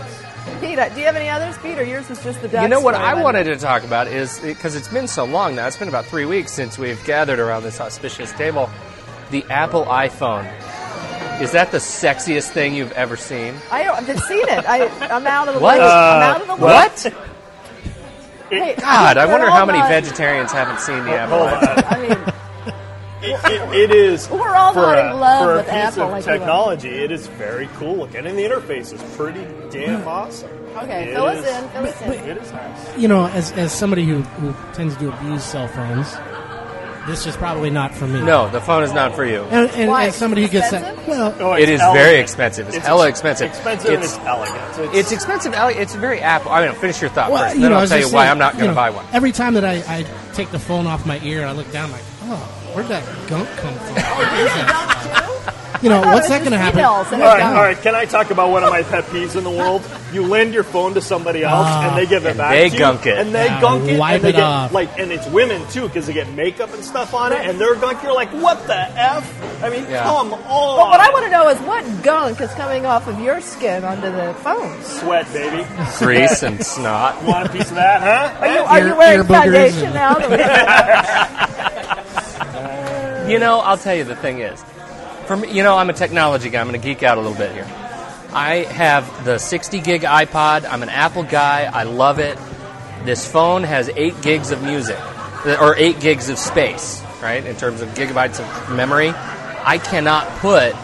Speaker 3: Peter, do you have any others, Peter? Yours was just the ducks.
Speaker 1: You know what I
Speaker 3: storyline.
Speaker 1: wanted to talk about is because it's been so long now. It's been about three weeks since we've gathered around this auspicious table. The Apple iPhone. Is that the sexiest thing you've ever seen?
Speaker 3: I don't, I haven't seen it. I, I'm out of the
Speaker 1: What? Uh,
Speaker 3: loop. I'm out of the loop.
Speaker 1: What?
Speaker 3: Hey,
Speaker 1: God, I
Speaker 3: Peter,
Speaker 1: wonder how
Speaker 3: hold
Speaker 1: many
Speaker 3: on.
Speaker 1: vegetarians haven't seen the Apple
Speaker 2: Hold
Speaker 1: iPhone.
Speaker 2: on.
Speaker 3: I mean,
Speaker 2: It, it, it is.
Speaker 3: We're all
Speaker 2: for
Speaker 3: not
Speaker 2: a,
Speaker 3: in love
Speaker 2: for a
Speaker 3: with
Speaker 2: piece
Speaker 3: Apple
Speaker 2: of
Speaker 3: like we love-
Speaker 2: technology. It is very cool looking, and the interface is pretty damn awesome.
Speaker 3: Mm. okay,
Speaker 2: It
Speaker 3: fill us
Speaker 2: is-
Speaker 3: in. Fill us in.
Speaker 2: It is nice.
Speaker 4: You know, as, as somebody who, who tends to abuse cell phones, this is probably not for me.
Speaker 1: No, the phone is not for you.
Speaker 4: And, and,
Speaker 3: Why?
Speaker 4: and somebody who gets that,
Speaker 3: Expensive?
Speaker 4: well,
Speaker 2: Oh,
Speaker 1: It
Speaker 2: it's
Speaker 1: is
Speaker 2: elegant.
Speaker 1: very expensive. It's hella expensive.
Speaker 2: Expensive and
Speaker 1: It's-
Speaker 2: it's elegant. It's, Oh
Speaker 1: It's expensive. Ali. It's very Apple. I mean, finish your thought
Speaker 4: well
Speaker 1: first. Then
Speaker 4: know, I
Speaker 1: I'll
Speaker 4: was
Speaker 1: tell you
Speaker 4: just
Speaker 1: why
Speaker 4: saying,
Speaker 1: I'm not going to
Speaker 4: you know,
Speaker 1: buy one.
Speaker 4: Every time that I, I take the phone off my ear, I look down, I'm like, oh, where'd that gunk come
Speaker 3: Oh,
Speaker 4: from? What is that? You know,
Speaker 3: thought it
Speaker 4: what's
Speaker 3: was
Speaker 4: that going to
Speaker 3: just
Speaker 4: happen?
Speaker 3: emails
Speaker 1: Oh
Speaker 3: and
Speaker 2: all right,
Speaker 3: Yeah.
Speaker 2: all right. Can I talk about one of my pet peeves in the world? You lend your phone to somebody else, and they give
Speaker 1: Ah,
Speaker 2: it
Speaker 1: And
Speaker 2: back.
Speaker 1: they
Speaker 2: to you,
Speaker 1: gunk it.
Speaker 2: and they
Speaker 4: Yeah,
Speaker 2: gunk it,
Speaker 4: wipe
Speaker 2: and they
Speaker 4: it
Speaker 2: get
Speaker 4: off.
Speaker 2: like, and it's women too because they get makeup and stuff on it, and they're gunk. You're like, what the f? I mean,
Speaker 1: Yeah.
Speaker 2: come on.
Speaker 3: But what I want to know is what gunk is coming off of your skin onto the phones.
Speaker 2: sweat, baby.
Speaker 1: Grease and snot.
Speaker 2: You want a piece of that, huh?
Speaker 3: Are you,
Speaker 2: Huh?
Speaker 3: are
Speaker 4: Ear-
Speaker 3: you wearing
Speaker 4: ear boogers
Speaker 3: foundation
Speaker 4: and-
Speaker 3: now?
Speaker 1: You know, I'll tell you the thing is, for me, you know, I'm a technology guy. I'm going to geek out a little bit here. I have the 60 gig iPod. I'm an Apple guy. I love it. This phone has eight gigs of music, th- or eight gigs of space, right? In terms of gigabytes of memory, I cannot put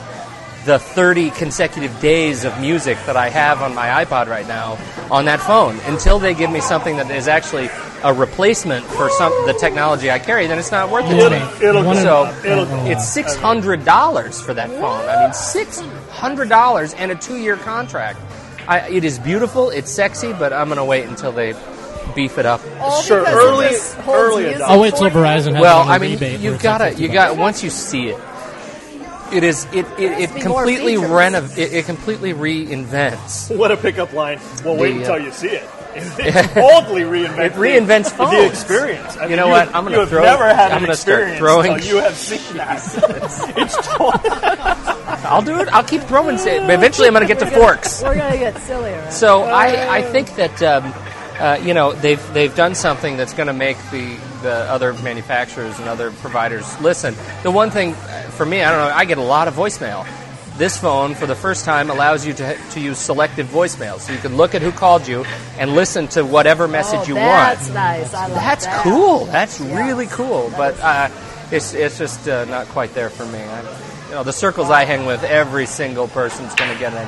Speaker 1: the 30 consecutive days of music that I have on my iPod right now on that phone until they give me something that is actually a replacement for some the technology I carry. Then it's not worth it. to me.
Speaker 2: It'll, it'll,
Speaker 4: One
Speaker 1: So
Speaker 2: it'll,
Speaker 1: it's six hundred dollars for that phone. I mean, six hundred dollars and a two-year contract. I, it is beautiful. It's sexy, but I'm going to wait until they beef it up.
Speaker 3: All
Speaker 2: Sure,
Speaker 3: because
Speaker 2: early-
Speaker 3: it just holds
Speaker 2: early
Speaker 3: music
Speaker 2: adoption.
Speaker 4: I'll wait till
Speaker 3: for you?
Speaker 4: Verizon has
Speaker 1: well,
Speaker 4: it on
Speaker 1: I
Speaker 4: their
Speaker 1: mean,
Speaker 4: rebate where
Speaker 1: you
Speaker 4: it's
Speaker 1: gotta,
Speaker 4: like
Speaker 1: you
Speaker 4: 50
Speaker 1: got
Speaker 4: bucks.
Speaker 1: once you see it, it is it
Speaker 3: has
Speaker 1: it,
Speaker 3: to
Speaker 1: it
Speaker 3: be more
Speaker 1: completely
Speaker 3: features.
Speaker 1: renov it, it completely reinvents.
Speaker 2: What a pickup line. Well, wait
Speaker 1: The,
Speaker 2: until
Speaker 1: uh,
Speaker 2: you see it. It boldly reinvents
Speaker 1: It reinvents
Speaker 2: the,
Speaker 1: phones.
Speaker 2: the experience. I
Speaker 1: You
Speaker 2: mean,
Speaker 1: know what? I'm gonna
Speaker 2: you have
Speaker 1: throw-
Speaker 2: never had
Speaker 1: I'm
Speaker 2: an
Speaker 1: gonna start
Speaker 2: experience
Speaker 1: throwing-
Speaker 2: until you have seen that. it's totally
Speaker 1: I'll do it. I'll keep throwing it. But eventually, I'm gonna get to forks.
Speaker 3: We're gonna get sillier. right?
Speaker 1: So I, I think that um, uh, you know they've they've done something that's going to make the the other manufacturers and other providers listen. The one thing uh, for me, I don't know, I get a lot of voicemail. This phone, for the first time, allows you to to use selective voicemail, so you can look at who called you and listen to whatever message
Speaker 3: oh,
Speaker 1: you
Speaker 3: that's
Speaker 1: want.
Speaker 3: nice. I like
Speaker 1: That's
Speaker 3: that.
Speaker 1: cool. That's
Speaker 3: Yeah.
Speaker 1: really cool. But uh, it's it's just uh, not quite there for me. I, you know, the circles I hang with, every single person's going to get an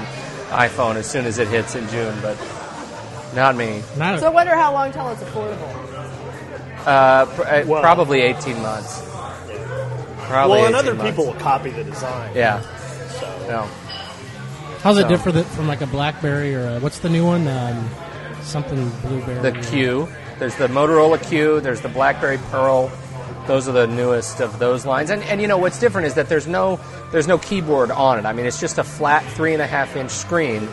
Speaker 1: iPhone as soon as it hits in June, but not me.
Speaker 4: Not a-
Speaker 3: So I wonder how long till it's affordable.
Speaker 1: Uh, pr- uh,
Speaker 2: Well-
Speaker 1: Probably 18 months. Probably
Speaker 2: well, and
Speaker 1: 18
Speaker 2: other
Speaker 1: months.
Speaker 2: people will copy the design.
Speaker 1: Yeah.
Speaker 2: So.
Speaker 1: No.
Speaker 4: How's it
Speaker 1: So-
Speaker 4: differ th- from like a BlackBerry or a, what's the new one? Um, something blueberry.
Speaker 1: The Q. There's the Motorola Q. There's the BlackBerry Pearl. Those are the newest of those lines. And and you know what's different is that there's no there's no keyboard on it. I mean, it's just a flat three and a half inch screen,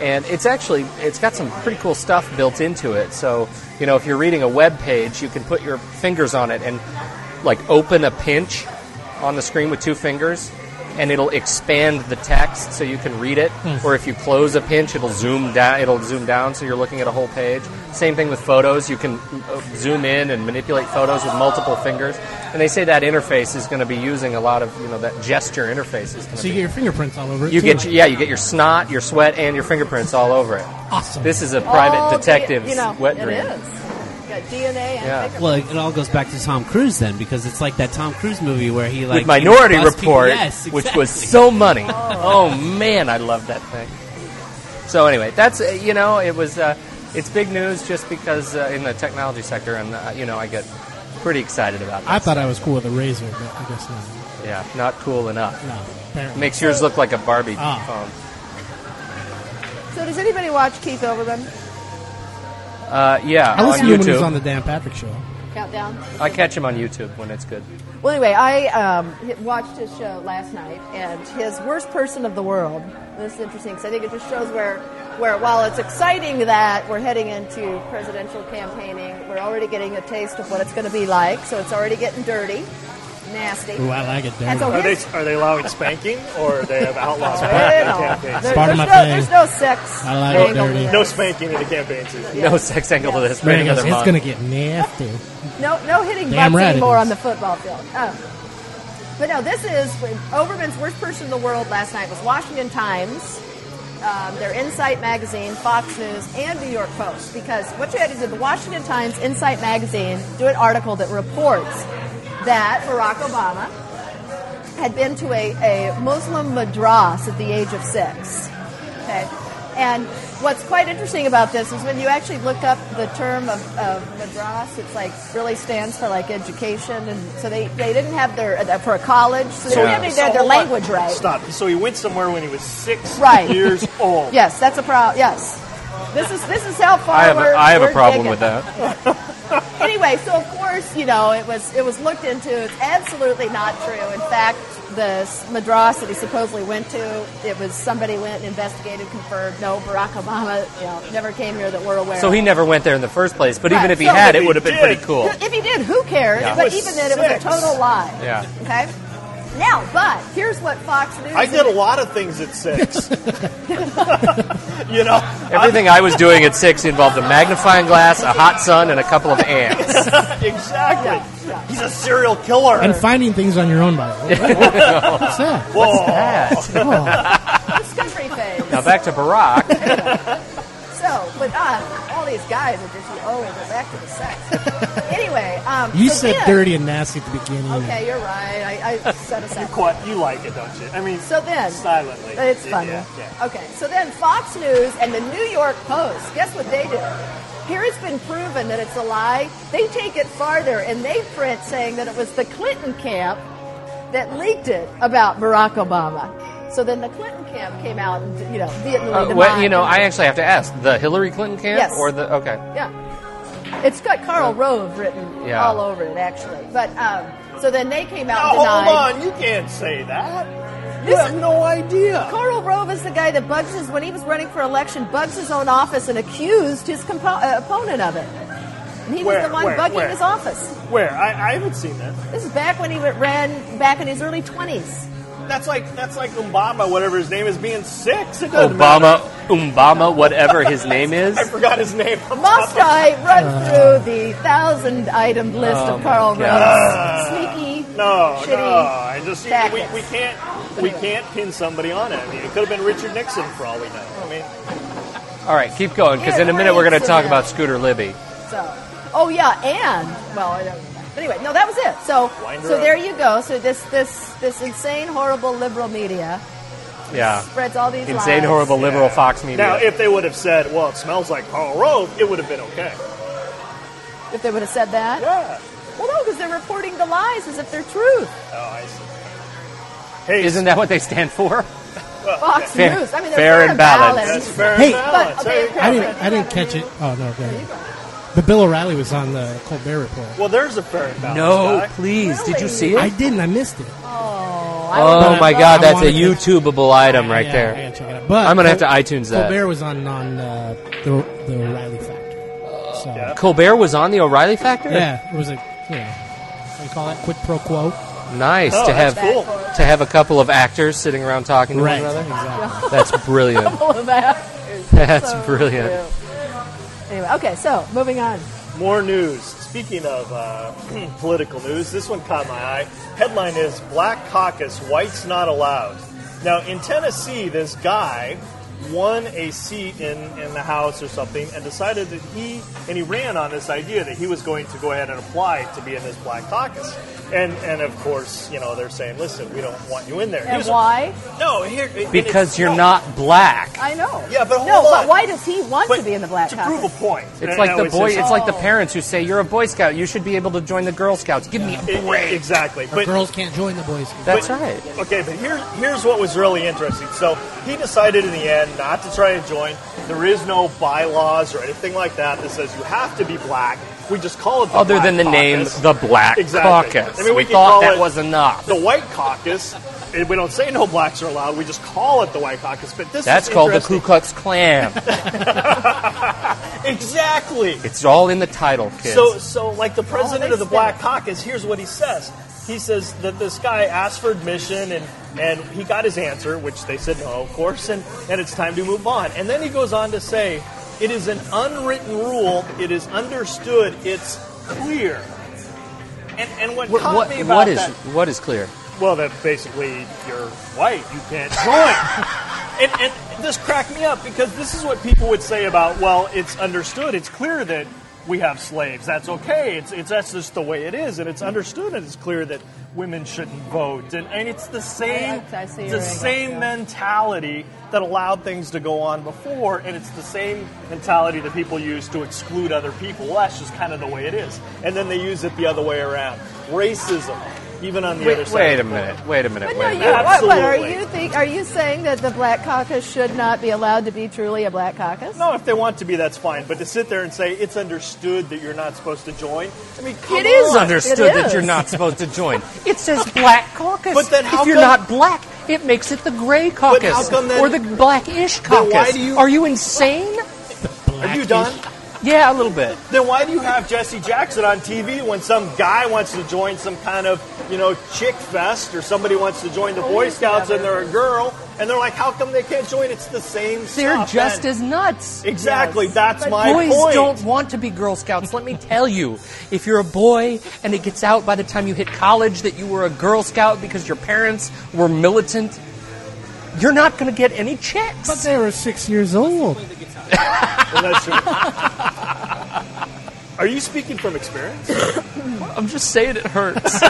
Speaker 1: and it's actually it's got some pretty cool stuff built into it. So you know, if you're reading a web page, you can put your fingers on it and like open a pinch on the screen with two fingers. And it'll expand the text so you can read it,
Speaker 4: Hmm.
Speaker 1: or if you close a pinch, it'll zoom down. It'll zoom down so you're looking at a whole page. Same thing with photos; you can uh, zoom in and manipulate photos with multiple fingers. And they say that interface is going to be using a lot of you know that gesture interface is going to
Speaker 4: So
Speaker 1: be.
Speaker 4: you get your fingerprints all over it.
Speaker 1: You
Speaker 4: too.
Speaker 1: get your, yeah, you get your snot, your sweat, and your fingerprints all over it.
Speaker 4: awesome.
Speaker 1: This is a
Speaker 3: All
Speaker 1: private
Speaker 3: the-
Speaker 1: detective's
Speaker 3: Oh, you know,
Speaker 1: wet
Speaker 3: it
Speaker 1: dream.
Speaker 3: is. Got DNA and
Speaker 1: Yeah.
Speaker 3: fingerprints.
Speaker 5: Well, it all goes back to Tom Cruise then, because it's like that Tom Cruise movie where he like
Speaker 1: With Minority
Speaker 5: he busts people-
Speaker 1: Report,
Speaker 5: yes,
Speaker 1: which was
Speaker 5: exactly.
Speaker 1: so money. Oh man, I love that thing. So anyway, that's uh, you know, it was uh, it's big news just because uh, in the technology sector, and uh, you know, I get pretty excited about. That
Speaker 4: I thought I was cool with a razor, but I guess not.
Speaker 1: Yeah, not cool enough.
Speaker 4: No, apparently.
Speaker 1: Makes yours look like a Barbie
Speaker 4: Ah.
Speaker 1: phone.
Speaker 3: So does anybody watch Keith Olbermann?
Speaker 1: Uh, yeah,
Speaker 4: I
Speaker 1: on
Speaker 4: listened to him when he was
Speaker 1: YouTube.
Speaker 4: on the Dan Patrick show.
Speaker 3: Countdown.
Speaker 1: I catch him on YouTube when it's good.
Speaker 3: Well, anyway, I um, h- watched his show last night, and his worst person of the world. This is interesting because I think it just shows where, where while it's exciting that we're heading into presidential campaigning, we're already getting a taste of what it's going to be like. So it's already getting dirty, nasty.
Speaker 4: Ooh, I like it there.
Speaker 3: And so
Speaker 2: Are they
Speaker 3: his-
Speaker 2: are they allowing spanking or they have outlawed
Speaker 3: you
Speaker 2: spanking
Speaker 3: know,
Speaker 2: in
Speaker 3: there-
Speaker 2: campaigns?
Speaker 3: there's,
Speaker 4: part of my
Speaker 3: no,
Speaker 4: thing.
Speaker 3: there's no sex.
Speaker 4: I like it
Speaker 3: angle
Speaker 4: dirty.
Speaker 3: there.
Speaker 2: No spanking in the campaign season.
Speaker 1: No sex angle to this.
Speaker 4: Man,
Speaker 1: Rating
Speaker 4: it goes,
Speaker 1: other
Speaker 4: it's
Speaker 1: mom.
Speaker 4: going to get nasty.
Speaker 3: No, no hitting
Speaker 4: Damn
Speaker 3: butts
Speaker 4: right it
Speaker 3: anymore
Speaker 4: is.
Speaker 3: on the football field. Um, but no, this is when Overman's worst person in the world last night was Washington Times, um, their Insight magazine, Fox News, and New York Post. Because what you had to do, the Washington Times, Insight magazine, do an article that reports that Barack Obama had been to a, a Muslim madras at the age of six. Okay. And what's quite interesting about this is when you actually look up the term of, of madras, it's like really stands for like education, and so they, they didn't have their uh, for a college, so they didn't have any- their, their
Speaker 2: hold on.
Speaker 3: language right.
Speaker 2: Stop. So he went somewhere when he was six
Speaker 3: Right.
Speaker 2: years old.
Speaker 3: Yes, that's a problem. Yes, this is this is how far
Speaker 1: I have a,
Speaker 3: we're,
Speaker 1: I have a
Speaker 3: we're
Speaker 1: problem
Speaker 3: digging.
Speaker 1: with that.
Speaker 3: anyway, so of course, you know, it was it was looked into. It's absolutely not true. In fact, the s- madras that he supposedly went to, it was somebody went and investigated, confirmed. No, Barack Obama, you know, never came here that we're aware.
Speaker 1: So he
Speaker 3: of.
Speaker 1: never went there in the first place. But
Speaker 3: Right,
Speaker 1: even if he
Speaker 3: so-
Speaker 1: had,
Speaker 2: If
Speaker 1: it
Speaker 2: he
Speaker 1: would have been
Speaker 2: did-
Speaker 1: pretty cool.
Speaker 3: If he did, who cares?
Speaker 1: Yeah.
Speaker 3: But
Speaker 2: It was
Speaker 3: even then, it was a
Speaker 2: six.
Speaker 3: total lie.
Speaker 1: Yeah.
Speaker 3: Okay. Now, but here's what Fox News.
Speaker 2: I did a lot of things at six. you know,
Speaker 1: Everything I was doing at six involved a magnifying glass, a hot sun, and a couple of ants.
Speaker 2: exactly. He's a serial killer.
Speaker 4: and finding things on your own, by the way. What's that?
Speaker 2: Whoa.
Speaker 1: Now
Speaker 4: Oh,
Speaker 3: discovery phase.
Speaker 1: back to Barack.
Speaker 3: So, but uh, all these guys are just oh, we're back to the sex. anyway, um,
Speaker 4: you
Speaker 3: so
Speaker 4: said
Speaker 3: then-
Speaker 4: dirty and nasty at the beginning.
Speaker 3: Okay, you're right. I, I set us up.
Speaker 2: What you like it, don't you? I mean,
Speaker 3: So then,
Speaker 2: silently.
Speaker 3: it's
Speaker 2: Yeah,
Speaker 3: funny.
Speaker 2: yeah.
Speaker 3: Okay, so then Fox News and the New York Post, guess what they do? Here it's been proven that it's a lie. They take it farther and they print saying that it was the Clinton camp that leaked it about Barack Obama. So then the Clinton camp came out, and, you know, vehemently
Speaker 1: Uh, well,
Speaker 3: demonized.
Speaker 1: you know, I actually have to ask the Hillary Clinton camp
Speaker 3: Yes.
Speaker 1: or the okay.
Speaker 3: Yeah. It's got Carl Rove written
Speaker 1: Uh, Yeah.
Speaker 3: all over it, actually. But um, so then they came out
Speaker 2: Now,
Speaker 3: and
Speaker 2: Oh,
Speaker 3: denied.
Speaker 2: hold on, you can't say that. You
Speaker 3: This-
Speaker 2: have no idea.
Speaker 3: Carl Rove is the guy that Buggs is, when he was running for election, Buggs his own office and accused his compo- uh, opponent of it. And he
Speaker 2: Where,
Speaker 3: was the one
Speaker 2: where,
Speaker 3: bugging
Speaker 2: where?
Speaker 3: his office.
Speaker 2: Where? I, I haven't seen that.
Speaker 3: This is back when he went- ran back in his early 20s.
Speaker 2: That's like that's like Obama, whatever his name is, being six. It doesn't
Speaker 1: Obama,
Speaker 2: matter.
Speaker 1: Umbama, whatever his name is.
Speaker 2: I forgot his name.
Speaker 3: Must I
Speaker 2: Uh.
Speaker 3: run through the thousand item list
Speaker 2: Oh
Speaker 3: of Carl Rove's sneaky,
Speaker 2: No,
Speaker 3: shitty
Speaker 2: no. I just you- we,
Speaker 3: tactics?
Speaker 2: we can't we can't pin somebody on it. I mean, it could have been Richard Nixon for all we know. I mean,
Speaker 1: All right, keep going because in a minute we're going to talk about Scooter Libby.
Speaker 3: So, oh yeah, and well, I don't, but anyway, no, that was it. So,
Speaker 2: Wind her
Speaker 3: so
Speaker 2: up.
Speaker 3: there you go. So this this this insane, horrible liberal media
Speaker 1: Yeah,
Speaker 3: spreads all these
Speaker 1: insane,
Speaker 3: lies.
Speaker 1: horrible liberal
Speaker 2: Yeah.
Speaker 1: Fox media.
Speaker 2: Now, if they would have said, "Well, it smells like Karl Rove," it would have been okay.
Speaker 3: If they would have said that,
Speaker 2: Yeah.
Speaker 3: well, no, because they're reporting the lies as if they're truth.
Speaker 2: Oh, I see. Hey,
Speaker 1: Isn't that what they stand for?
Speaker 3: Fox
Speaker 1: Fair-
Speaker 3: News. I mean, they're
Speaker 1: fair and balanced.
Speaker 2: that's fair
Speaker 4: Hey.
Speaker 2: and balanced.
Speaker 3: But, okay,
Speaker 2: Hey,
Speaker 3: okay.
Speaker 4: I didn't. I didn't catch it. Oh no, go ahead. The Bill O'Reilly was on the Colbert Report.
Speaker 2: Well, there's a fair and balanced.
Speaker 1: No,
Speaker 2: guy.
Speaker 1: please. Did you see
Speaker 4: I
Speaker 1: it?
Speaker 4: didn't. I missed it.
Speaker 1: Oh my
Speaker 4: I-
Speaker 1: God,
Speaker 4: I
Speaker 1: that's a
Speaker 4: wanted to-
Speaker 1: YouTubeable item right
Speaker 4: Yeah, I
Speaker 1: there.
Speaker 4: gotta check it out. But
Speaker 1: I'm gonna have to iTunes that.
Speaker 4: Colbert was on on uh, the the O'Reilly Factor. So yeah.
Speaker 1: Colbert was on the O'Reilly Factor.
Speaker 4: it was a you know what do you call that quid pro quo.
Speaker 1: Nice
Speaker 2: Oh,
Speaker 1: to have
Speaker 2: that's cool.
Speaker 1: to have a couple of actors sitting around talking to one another.
Speaker 4: Exactly.
Speaker 1: That's brilliant.
Speaker 3: All of that.
Speaker 1: That's
Speaker 3: So
Speaker 1: brilliant.
Speaker 3: cute. Anyway, okay, so moving on.
Speaker 2: More news. Speaking of uh, political news, this one caught my eye. Headline is Black Caucus, Whites Not Allowed. Now, in Tennessee, this guy won a seat in, in the House or something and decided that he, and he ran on this idea that he was going to go ahead and apply to be in this Black Caucus. And, and of course, you know, they're saying, listen, we don't want you in there. He
Speaker 3: And
Speaker 2: was-
Speaker 3: why?
Speaker 2: No, here. and it's-
Speaker 1: Because you're
Speaker 2: no.
Speaker 1: not black.
Speaker 3: I know.
Speaker 2: Yeah, but
Speaker 3: no,
Speaker 2: hold on.
Speaker 3: but why does he want
Speaker 2: But
Speaker 3: to be in the black
Speaker 2: To
Speaker 3: Caucus?
Speaker 2: prove a point.
Speaker 1: It's
Speaker 2: And I
Speaker 1: like the
Speaker 2: always say
Speaker 1: boy.
Speaker 2: something.
Speaker 1: It's like the
Speaker 3: Oh.
Speaker 1: parents who say, "You're a Boy Scout. You should be able to join the Girl Scouts. Give me a
Speaker 2: It- it-
Speaker 1: break."
Speaker 2: Exactly. But
Speaker 4: Girls can't join the boys. Club.
Speaker 1: That's
Speaker 2: But-
Speaker 1: right.
Speaker 2: Okay, but here, here's what was really interesting. So he decided in the end not to try to join. There is no bylaws or anything like that that says you have to be black. We just call it the
Speaker 1: Other
Speaker 2: Black
Speaker 1: than the name,
Speaker 2: Caucus.
Speaker 1: the Black
Speaker 2: Exactly.
Speaker 1: Caucus.
Speaker 2: I mean,
Speaker 1: we
Speaker 2: we could
Speaker 1: thought
Speaker 2: call
Speaker 1: that
Speaker 2: it-
Speaker 1: was enough.
Speaker 2: the White Caucus. And we don't say no blacks are allowed. We just call it the White Caucus. But this
Speaker 1: That's
Speaker 2: is
Speaker 1: called the Ku
Speaker 2: interesting.
Speaker 1: Klux Klan.
Speaker 2: Exactly.
Speaker 1: it's all in the title, kids.
Speaker 2: So, so like the president
Speaker 3: they
Speaker 2: of the
Speaker 3: spin
Speaker 2: Black
Speaker 3: it.
Speaker 2: Caucus, here's what he says. He says that this guy asked for admission and, and he got his answer, which they said no, of course, and, and it's time to move on. And then he goes on to say, it is an unwritten rule, it is understood, it's clear. And, and what,
Speaker 1: What-
Speaker 2: caught
Speaker 1: what-
Speaker 2: me about
Speaker 1: what is
Speaker 2: that,
Speaker 1: what is clear?
Speaker 2: well, that basically you're white, you can't join. and, and this cracked me up because this is what people would say about, well, it's understood, it's clear that we have slaves. That's okay. It's, it's that's just the way it is, and it's understood and it's clear that women shouldn't vote. And, and it's the same
Speaker 3: I- I see your
Speaker 2: the
Speaker 3: angle,
Speaker 2: same
Speaker 3: yeah.
Speaker 2: mentality that allowed things to go on before, and it's the same mentality that people use to exclude other people. Well, that's just kind of the way it is. And then they use it the other way around. Racism, even on the other
Speaker 1: Wait,
Speaker 2: side.
Speaker 1: wait a
Speaker 2: of the coin.
Speaker 1: minute. Wait a minute.
Speaker 3: But
Speaker 1: Wait
Speaker 3: no,
Speaker 1: a
Speaker 3: you,
Speaker 1: minute.
Speaker 3: what, what are
Speaker 2: Absolutely.
Speaker 3: you think? Are you saying that the Black Caucus should not be allowed to be truly a Black Caucus?
Speaker 2: No, if they want to be, that's fine. But to sit there and say it's understood that you're not supposed to join, I mean, come
Speaker 1: It is
Speaker 2: on.
Speaker 1: understood
Speaker 3: It
Speaker 1: that
Speaker 3: is.
Speaker 1: you're not supposed to join. It says Black Caucus.
Speaker 2: But then how
Speaker 1: if you're
Speaker 2: come-
Speaker 1: not black, it makes it the Gray Caucus
Speaker 2: how come then-
Speaker 1: or the Blackish
Speaker 2: Then
Speaker 1: Caucus.
Speaker 2: why do you-
Speaker 1: Are you insane?
Speaker 2: Are you done?
Speaker 1: Yeah, a little bit.
Speaker 2: Then why do you have Jesse Jackson on TV when some guy wants to join some kind of you know chick fest or somebody wants to join the Boy
Speaker 3: he's
Speaker 2: Scouts and
Speaker 3: never-
Speaker 2: they're a girl and they're like, how come they can't join? It's the same.
Speaker 1: They're
Speaker 2: stuff.
Speaker 1: just
Speaker 2: And-
Speaker 1: as nuts.
Speaker 2: exactly. That's
Speaker 3: But
Speaker 2: my
Speaker 1: Boys
Speaker 2: point.
Speaker 1: don't want to be Girl Scouts. Let me tell you, if you're a boy and it gets out by the time you hit college that you were a Girl Scout because your parents were militant, you're not going to get any chicks.
Speaker 4: But they were six years old.
Speaker 2: Well, that's true. Are you speaking from experience?
Speaker 1: I'm just saying it hurts.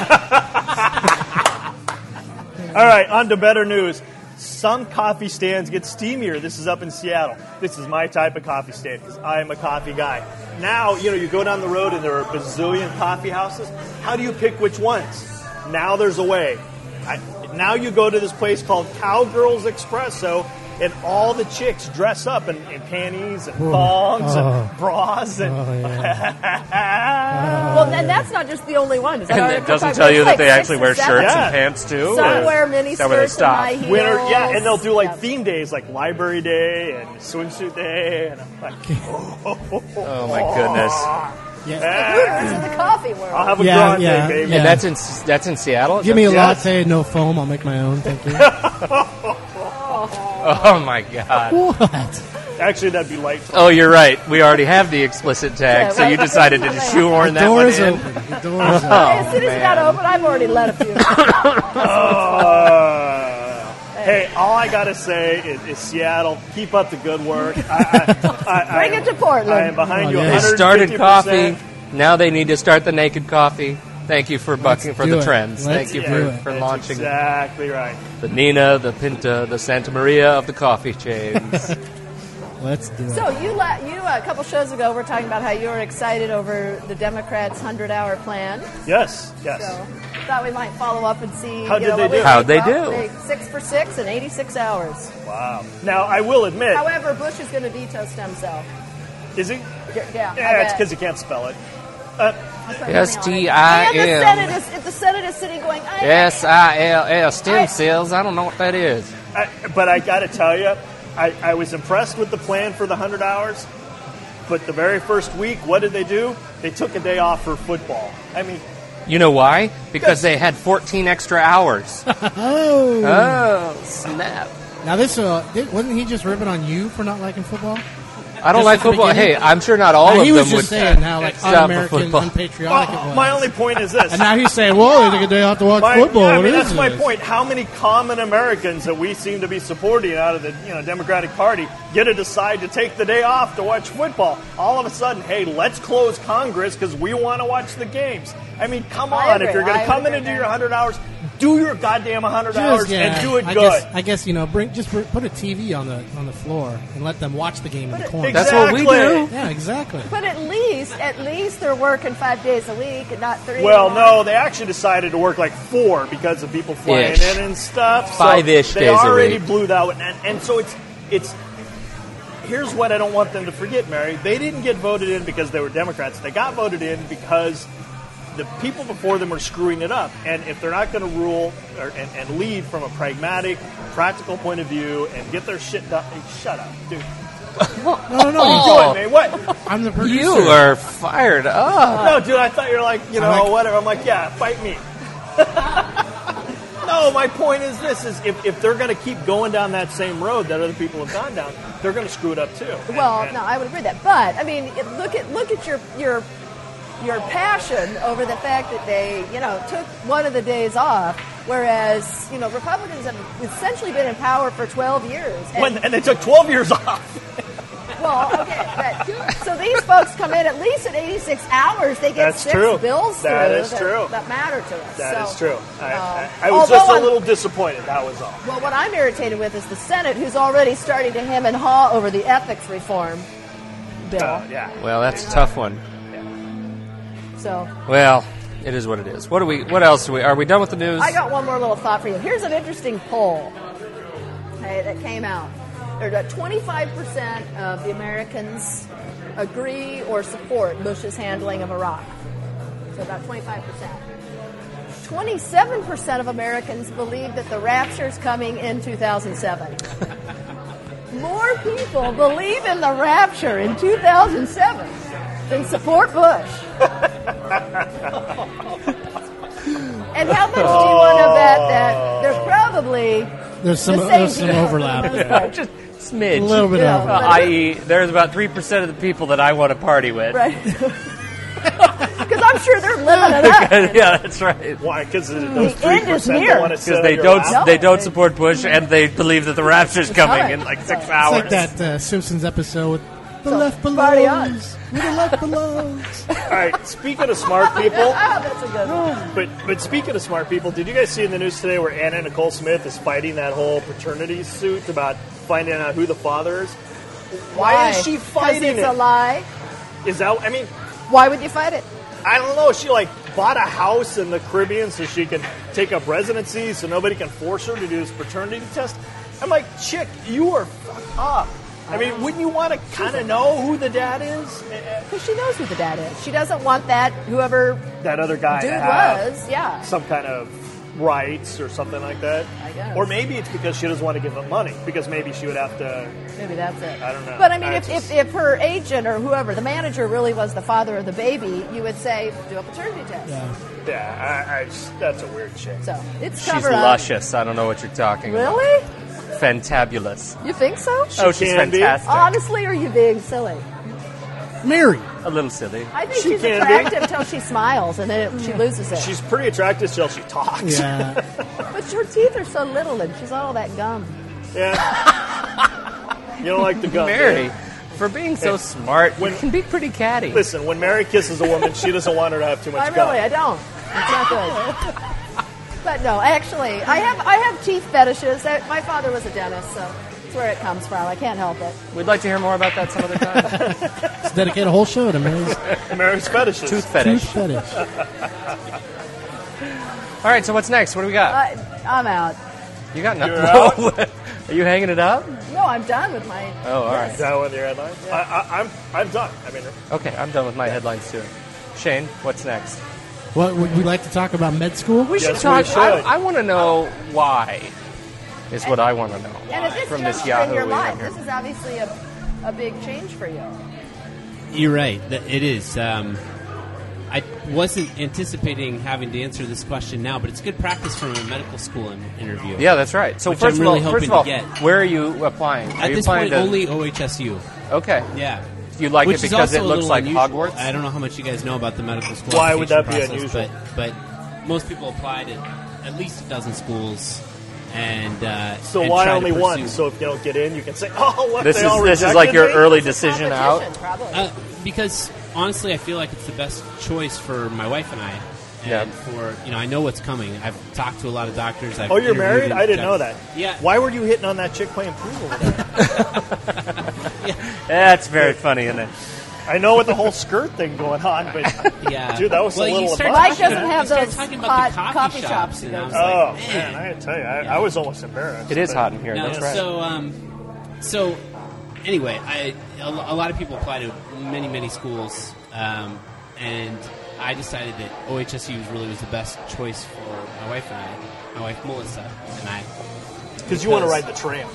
Speaker 2: All right, on to better news. Some coffee stands get steamier. This is up in Seattle. This is my type of coffee stand because I am a coffee guy. Now, you know, you go down the road and there are a bazillion coffee houses. How do you pick which ones? Now there's a way. I, Now you go to this place called Cowgirls Espresso, and all the chicks dress up in, in panties and thongs
Speaker 4: Oh.
Speaker 2: and bras and.
Speaker 4: Oh, yeah.
Speaker 3: well, then that's not just the only one. Is that
Speaker 1: And
Speaker 3: our-
Speaker 1: it doesn't
Speaker 3: there's
Speaker 1: tell you that
Speaker 3: like
Speaker 1: they
Speaker 3: six
Speaker 1: actually
Speaker 3: or
Speaker 1: wear
Speaker 3: seven.
Speaker 1: shirts
Speaker 2: Yeah.
Speaker 1: and pants too.
Speaker 3: Some wear
Speaker 1: Is that where they
Speaker 3: miniskirts and
Speaker 1: stop?
Speaker 3: high heels.
Speaker 2: Winter, yeah, and they'll do like
Speaker 3: Yeah.
Speaker 2: theme days like Library Day and Swimsuit Day, and I'm like,
Speaker 1: Oh my goodness!
Speaker 4: Yeah.
Speaker 3: Hooters in the coffee world.
Speaker 2: I'll have a
Speaker 4: Yeah,
Speaker 2: grande,
Speaker 4: yeah,
Speaker 2: baby.
Speaker 4: yeah.
Speaker 1: And that's in that's in Seattle. Is
Speaker 4: Give
Speaker 1: that-
Speaker 4: me a
Speaker 2: Yes.
Speaker 4: latte, no foam. I'll make my own. Thank you.
Speaker 1: Oh my god!
Speaker 4: what?
Speaker 2: Actually, that'd be like
Speaker 1: Oh, you're right. We already have the explicit tag,
Speaker 3: Yeah,
Speaker 1: so you
Speaker 3: right.
Speaker 1: decided to just shoehorn that
Speaker 4: Door
Speaker 1: one
Speaker 4: is
Speaker 1: in.
Speaker 4: open. The door is
Speaker 2: Oh,
Speaker 4: open.
Speaker 3: as soon as it got open, I've already let a few.
Speaker 2: Uh, hey, all I gotta say is, is Seattle, keep up the good work. I, I, I,
Speaker 3: Bring
Speaker 2: I,
Speaker 3: it to Portland.
Speaker 2: I am behind you.
Speaker 4: Oh, yeah.
Speaker 1: They
Speaker 2: 150%.
Speaker 1: started coffee. Now they need to start the naked coffee. Thank you for bucking for
Speaker 4: do
Speaker 1: the
Speaker 4: it.
Speaker 1: trends.
Speaker 4: Let's
Speaker 1: Thank you
Speaker 4: do
Speaker 1: for,
Speaker 4: it.
Speaker 1: for
Speaker 2: That's
Speaker 1: launching
Speaker 2: Exactly right.
Speaker 1: the Nina, the Pinta, the Santa Maria of the coffee chains.
Speaker 4: Let's do it.
Speaker 3: So you la- you uh, a couple shows ago were talking about how you were excited over the Democrats' hundred-hour plan.
Speaker 2: Yes, yes.
Speaker 3: So thought we might follow up and see
Speaker 2: How
Speaker 3: you
Speaker 2: did
Speaker 3: know,
Speaker 2: they
Speaker 3: what we
Speaker 2: do?
Speaker 1: How'd they
Speaker 3: think. Well,
Speaker 1: do?
Speaker 3: they- six for six in 86 hours.
Speaker 2: Wow. Now I will admit,
Speaker 3: However, Bush is going to veto stem cell.
Speaker 2: is he?
Speaker 3: Y- Yeah, I
Speaker 2: Yeah, it's
Speaker 3: bet.
Speaker 2: because he can't spell it.
Speaker 3: I'll put
Speaker 1: S
Speaker 3: money
Speaker 1: T
Speaker 3: on it.
Speaker 1: I
Speaker 3: And the
Speaker 1: M.
Speaker 3: Senate is the Senate is sitting going. I
Speaker 1: S I L L
Speaker 3: I-
Speaker 1: stem cells. I don't know what that is.
Speaker 2: I, but I gotta tell you, I, I was impressed with the plan for the hundred hours. But the very first week, what did they do? They took a day off for football. I mean,
Speaker 1: You know why? Because they had 14 extra hours.
Speaker 4: Oh.
Speaker 1: oh snap!
Speaker 4: Now this uh, did, wasn't he just ripping on you for not liking football?
Speaker 1: I don't
Speaker 4: Just
Speaker 1: like
Speaker 4: at the
Speaker 1: football.
Speaker 4: beginning?
Speaker 1: Hey, I'm sure not all
Speaker 4: Now,
Speaker 1: of
Speaker 4: he
Speaker 1: them
Speaker 4: was just
Speaker 1: would
Speaker 4: saying how like
Speaker 1: stop for
Speaker 4: un-American,
Speaker 1: football.
Speaker 4: unpatriotic it
Speaker 2: well,
Speaker 4: was.
Speaker 2: my only point is this.
Speaker 4: and now he's saying, "Whoa, they get a day off to watch
Speaker 2: My-
Speaker 4: football."
Speaker 2: yeah, I
Speaker 4: What
Speaker 2: mean,
Speaker 4: is
Speaker 2: that's my
Speaker 4: this?
Speaker 2: point. How many common Americans that we seem to be supporting out of the you know Democratic Party get to decide to take the day off to watch football? All of a sudden, hey, let's close Congress because we want to watch the games. I mean, come
Speaker 3: I
Speaker 2: on! If
Speaker 3: agree.
Speaker 2: you're going
Speaker 3: I
Speaker 2: to come in
Speaker 3: agree
Speaker 2: and do
Speaker 3: with
Speaker 2: your
Speaker 3: that.
Speaker 2: 100 hours, do your goddamn 100
Speaker 4: Just,
Speaker 2: hours
Speaker 4: yeah,
Speaker 2: and do it
Speaker 4: I
Speaker 2: good.
Speaker 4: Guess, I guess you know, bring just br- put a TV on the on the floor and let them watch the game in
Speaker 3: Put
Speaker 4: the
Speaker 3: it-
Speaker 4: corner.
Speaker 1: That's what we
Speaker 2: Exactly.
Speaker 1: do.
Speaker 4: yeah, exactly.
Speaker 3: But at least, at least they're working five days a week and not three.
Speaker 2: Well, no, they actually decided to work like four because of people flying
Speaker 1: Ish.
Speaker 2: in and stuff.
Speaker 1: Five-ish
Speaker 2: so
Speaker 1: days
Speaker 2: They
Speaker 1: a
Speaker 2: already
Speaker 1: week.
Speaker 2: blew that one, and, and so it's it's. Here's what I don't want them to forget, Mary. They didn't get voted in because they were Democrats. They got voted in because the people before them are screwing it up. And if they're not going to rule or, and, and lead from a pragmatic, practical point of view and get their shit done, hey, shut up, dude.
Speaker 4: No, no, no.
Speaker 1: Oh.
Speaker 2: What, man? What?
Speaker 4: I'm the producer.
Speaker 1: You are fired up.
Speaker 2: No, dude, I thought you were like, you know,
Speaker 4: I'm like-
Speaker 2: whatever. I'm like, yeah, fight me. no, my point is this: is if, if they're going to keep going down that same road that other people have gone down, they're going to screw it up too. And-
Speaker 3: Well,
Speaker 2: and-
Speaker 3: no, I would agree with that. But I mean, it- look at look at your your your passion over the fact that they you know took one of the days off, whereas you know Republicans have essentially been in power for 12 years. And,
Speaker 2: When, and they took 12 years off.
Speaker 3: well, okay, but, so these folks come in at least at 86 hours. They get
Speaker 2: That's
Speaker 3: six
Speaker 2: true.
Speaker 3: bills
Speaker 2: That
Speaker 3: through
Speaker 2: is true.
Speaker 3: That matter to us.
Speaker 2: That is
Speaker 3: So,
Speaker 2: true. I,
Speaker 3: uh,
Speaker 2: I, I was just
Speaker 3: although
Speaker 2: a
Speaker 3: I'm-
Speaker 2: little disappointed. That was all.
Speaker 3: Well, what I'm irritated with is the Senate, who's already starting to hem and haw over the ethics reform bill.
Speaker 2: Uh, yeah.
Speaker 1: Well, that's a tough one.
Speaker 3: So
Speaker 1: Well, it is what it is. What do we? What else? Are we, are we done with the news?
Speaker 3: I got one more little thought for you. Here's an interesting poll okay, that came out. There's a 25% of the Americans agree or support Bush's handling of Iraq. So about 25%. 27% of Americans believe that the rapture's coming in 2007. More people believe in the rapture in 2007 than support Bush. And how much do you want to bet that there's probably
Speaker 4: There's some
Speaker 3: the same
Speaker 4: there's some
Speaker 3: people.
Speaker 4: overlap.
Speaker 1: just smidge.
Speaker 4: A little bit
Speaker 3: Yeah.
Speaker 4: of
Speaker 1: Uh, i.e., there's about three percent of the people that I want to party with.
Speaker 3: Right. Because I'm sure they're living it up.
Speaker 1: yeah, that's right.
Speaker 2: Why? Because those
Speaker 3: The end is
Speaker 2: 3% that
Speaker 3: near.
Speaker 2: want to sit
Speaker 1: Because
Speaker 2: on
Speaker 1: they
Speaker 2: your
Speaker 1: don't
Speaker 2: lap.
Speaker 3: No.
Speaker 1: they don't support Bush and they believe that the rapture's coming
Speaker 3: coming.
Speaker 1: in like six
Speaker 3: It's
Speaker 4: It's
Speaker 1: hours.
Speaker 4: like that uh, Simpsons episode with the
Speaker 3: So,
Speaker 4: left
Speaker 3: party on.
Speaker 4: belongs. Where the left belongs.
Speaker 2: All right. Speaking of smart people,
Speaker 3: Ah, that's a good one.
Speaker 2: But but speaking of smart people, did you guys see in the news today where Anna Nicole Smith is fighting that whole paternity suit about finding out who the father is? Why, is she
Speaker 3: 'Cause
Speaker 2: fighting
Speaker 3: it's
Speaker 2: it?
Speaker 3: a lie.
Speaker 2: Is that? I mean,
Speaker 3: Why would you fight it?
Speaker 2: I don't know. She like bought a house in the Caribbean so she can take up residency so nobody can force her to do this paternity test. I'm like, chick, you are fucked up. I mean, wouldn't you want to kind of know who the dad is? Eh, eh,
Speaker 3: Because she knows who the dad is. She doesn't want that whoever
Speaker 2: That other guy
Speaker 3: dude
Speaker 2: to have
Speaker 3: was. Yeah.
Speaker 2: some kind of rights or something like that.
Speaker 3: I guess.
Speaker 2: Or maybe it's because she doesn't want to give him money because maybe she would have to.
Speaker 3: Maybe that's it.
Speaker 2: I don't know.
Speaker 3: But I mean,
Speaker 2: I
Speaker 3: if,
Speaker 2: just-
Speaker 3: if, if her agent or whoever, the manager, really was the father of the baby, you would say, do a paternity test.
Speaker 4: Yeah.
Speaker 2: Yeah, I, I just- that's a weird chick.
Speaker 3: So it's
Speaker 1: She's
Speaker 3: covered up.
Speaker 1: luscious. I don't know what you're talking about.
Speaker 3: Really?
Speaker 1: Fantabulous.
Speaker 3: You think so?
Speaker 1: oh, she's
Speaker 2: can be.
Speaker 1: fantastic.
Speaker 3: Honestly, are you being silly?
Speaker 4: Mary.
Speaker 1: A little silly.
Speaker 3: I think
Speaker 2: She
Speaker 3: she's
Speaker 2: can be.
Speaker 3: attractive until she smiles and then it, she loses it.
Speaker 2: She's pretty attractive till she talks.
Speaker 4: Yeah.
Speaker 3: but her teeth are so little and she's all that gum.
Speaker 2: Yeah. you don't like the gun. do you?
Speaker 1: Mary, for being so smart,
Speaker 2: When-
Speaker 1: you can be pretty catty.
Speaker 2: Listen, when Mary kisses a woman, she doesn't want her to have too much
Speaker 3: I
Speaker 2: gum.
Speaker 3: really, I don't. It's not good. but no, actually, I have I have teeth fetishes. I, my father was a dentist, so that's where it comes from. I can't help it.
Speaker 1: We'd like to hear more about that some other time.
Speaker 4: Let's dedicate a whole show to Mary's
Speaker 2: Mary's fetishes.
Speaker 1: Tooth
Speaker 4: tooth
Speaker 1: fetish.
Speaker 4: fetish.
Speaker 1: All right, so what's next? What do we got?
Speaker 3: I, I'm out.
Speaker 1: you got nothing.
Speaker 2: You're out?
Speaker 1: Are you hanging it up?
Speaker 3: No, I'm done with my.
Speaker 1: Oh, all
Speaker 2: Is
Speaker 1: right.
Speaker 2: that one of your headlines? I, I, I'm, I'm done. I mean,
Speaker 1: Okay, I'm done with my headlines too. Shane, what's next?
Speaker 4: What would we like to talk about? Med school.
Speaker 1: We
Speaker 2: Yes,
Speaker 1: should talk.
Speaker 2: we should.
Speaker 1: I, I want to know why. Is what I want to know
Speaker 3: And at this
Speaker 1: from this
Speaker 3: juncture
Speaker 1: Yahoo
Speaker 3: in your
Speaker 1: we have
Speaker 3: life,
Speaker 1: here.
Speaker 3: this is obviously a, a big change for you.
Speaker 5: You're right. Th- It is. Um, I wasn't anticipating having to answer this question now, but it's good practice from a medical school in- interview.
Speaker 1: Yeah, that's right. So
Speaker 5: Which
Speaker 1: first
Speaker 5: I'm
Speaker 1: of all,
Speaker 5: really
Speaker 1: first
Speaker 5: hoping
Speaker 1: of
Speaker 5: to
Speaker 1: all,
Speaker 5: get.
Speaker 1: where are you applying? are
Speaker 5: At
Speaker 1: you
Speaker 5: this
Speaker 1: applying
Speaker 5: point,
Speaker 1: to,
Speaker 5: only OHSU.
Speaker 1: okay.
Speaker 5: Yeah.
Speaker 1: You like it
Speaker 5: Which is
Speaker 1: because
Speaker 5: also
Speaker 1: it
Speaker 5: a
Speaker 1: looks
Speaker 5: little
Speaker 1: like
Speaker 5: unusual.
Speaker 1: Hogwarts.
Speaker 5: I don't know how much you guys know about the medical school.
Speaker 2: Why would that be
Speaker 5: application
Speaker 2: unusual?
Speaker 5: process, But, but most people apply to at least a dozen schools, and uh,
Speaker 2: so
Speaker 5: and
Speaker 2: why
Speaker 5: try to
Speaker 2: only one?
Speaker 5: pursue-
Speaker 2: So if you don't get in, you can say, oh, what
Speaker 1: This
Speaker 2: they
Speaker 1: is-
Speaker 2: all
Speaker 1: this is
Speaker 2: rejected
Speaker 1: like your
Speaker 2: me?
Speaker 1: early-
Speaker 3: It's a
Speaker 1: decision
Speaker 3: competition, Probably.
Speaker 5: Uh, because honestly, I feel like it's the best choice for my wife and I. And
Speaker 1: Yeah.
Speaker 5: For you know, I know what's coming. I've talked to a lot of doctors. I've
Speaker 2: Oh, you're
Speaker 5: interviewed
Speaker 2: married?
Speaker 5: and
Speaker 2: I didn't
Speaker 5: talked-
Speaker 2: know that.
Speaker 5: Yeah.
Speaker 2: Why were you hitting on that chick playing pool over there?
Speaker 1: That's very funny, isn't it?
Speaker 2: I know with the whole skirt thing going on, but
Speaker 5: Yeah.
Speaker 2: Dude, that was a
Speaker 5: well,
Speaker 2: little
Speaker 5: You start
Speaker 2: above.
Speaker 5: talking
Speaker 3: Mike doesn't
Speaker 5: about-
Speaker 3: have
Speaker 5: you start
Speaker 3: those
Speaker 5: talking about the
Speaker 3: hot
Speaker 5: coffee,
Speaker 3: coffee shops
Speaker 5: shops,
Speaker 3: to
Speaker 5: and
Speaker 3: go
Speaker 5: I was
Speaker 3: to.
Speaker 2: oh
Speaker 5: like,
Speaker 2: man, I gotta tell you, I,
Speaker 5: Yeah.
Speaker 2: I was almost embarrassed.
Speaker 1: It is
Speaker 2: but-
Speaker 1: hot in here.
Speaker 5: No,
Speaker 1: that's right.
Speaker 5: So, um, so anyway, I, a, lo- a lot of people apply to many, many schools, um, and I decided that OHSU was really was the best choice for my wife and I, my wife Melissa and I.
Speaker 2: because you want to ride the tram.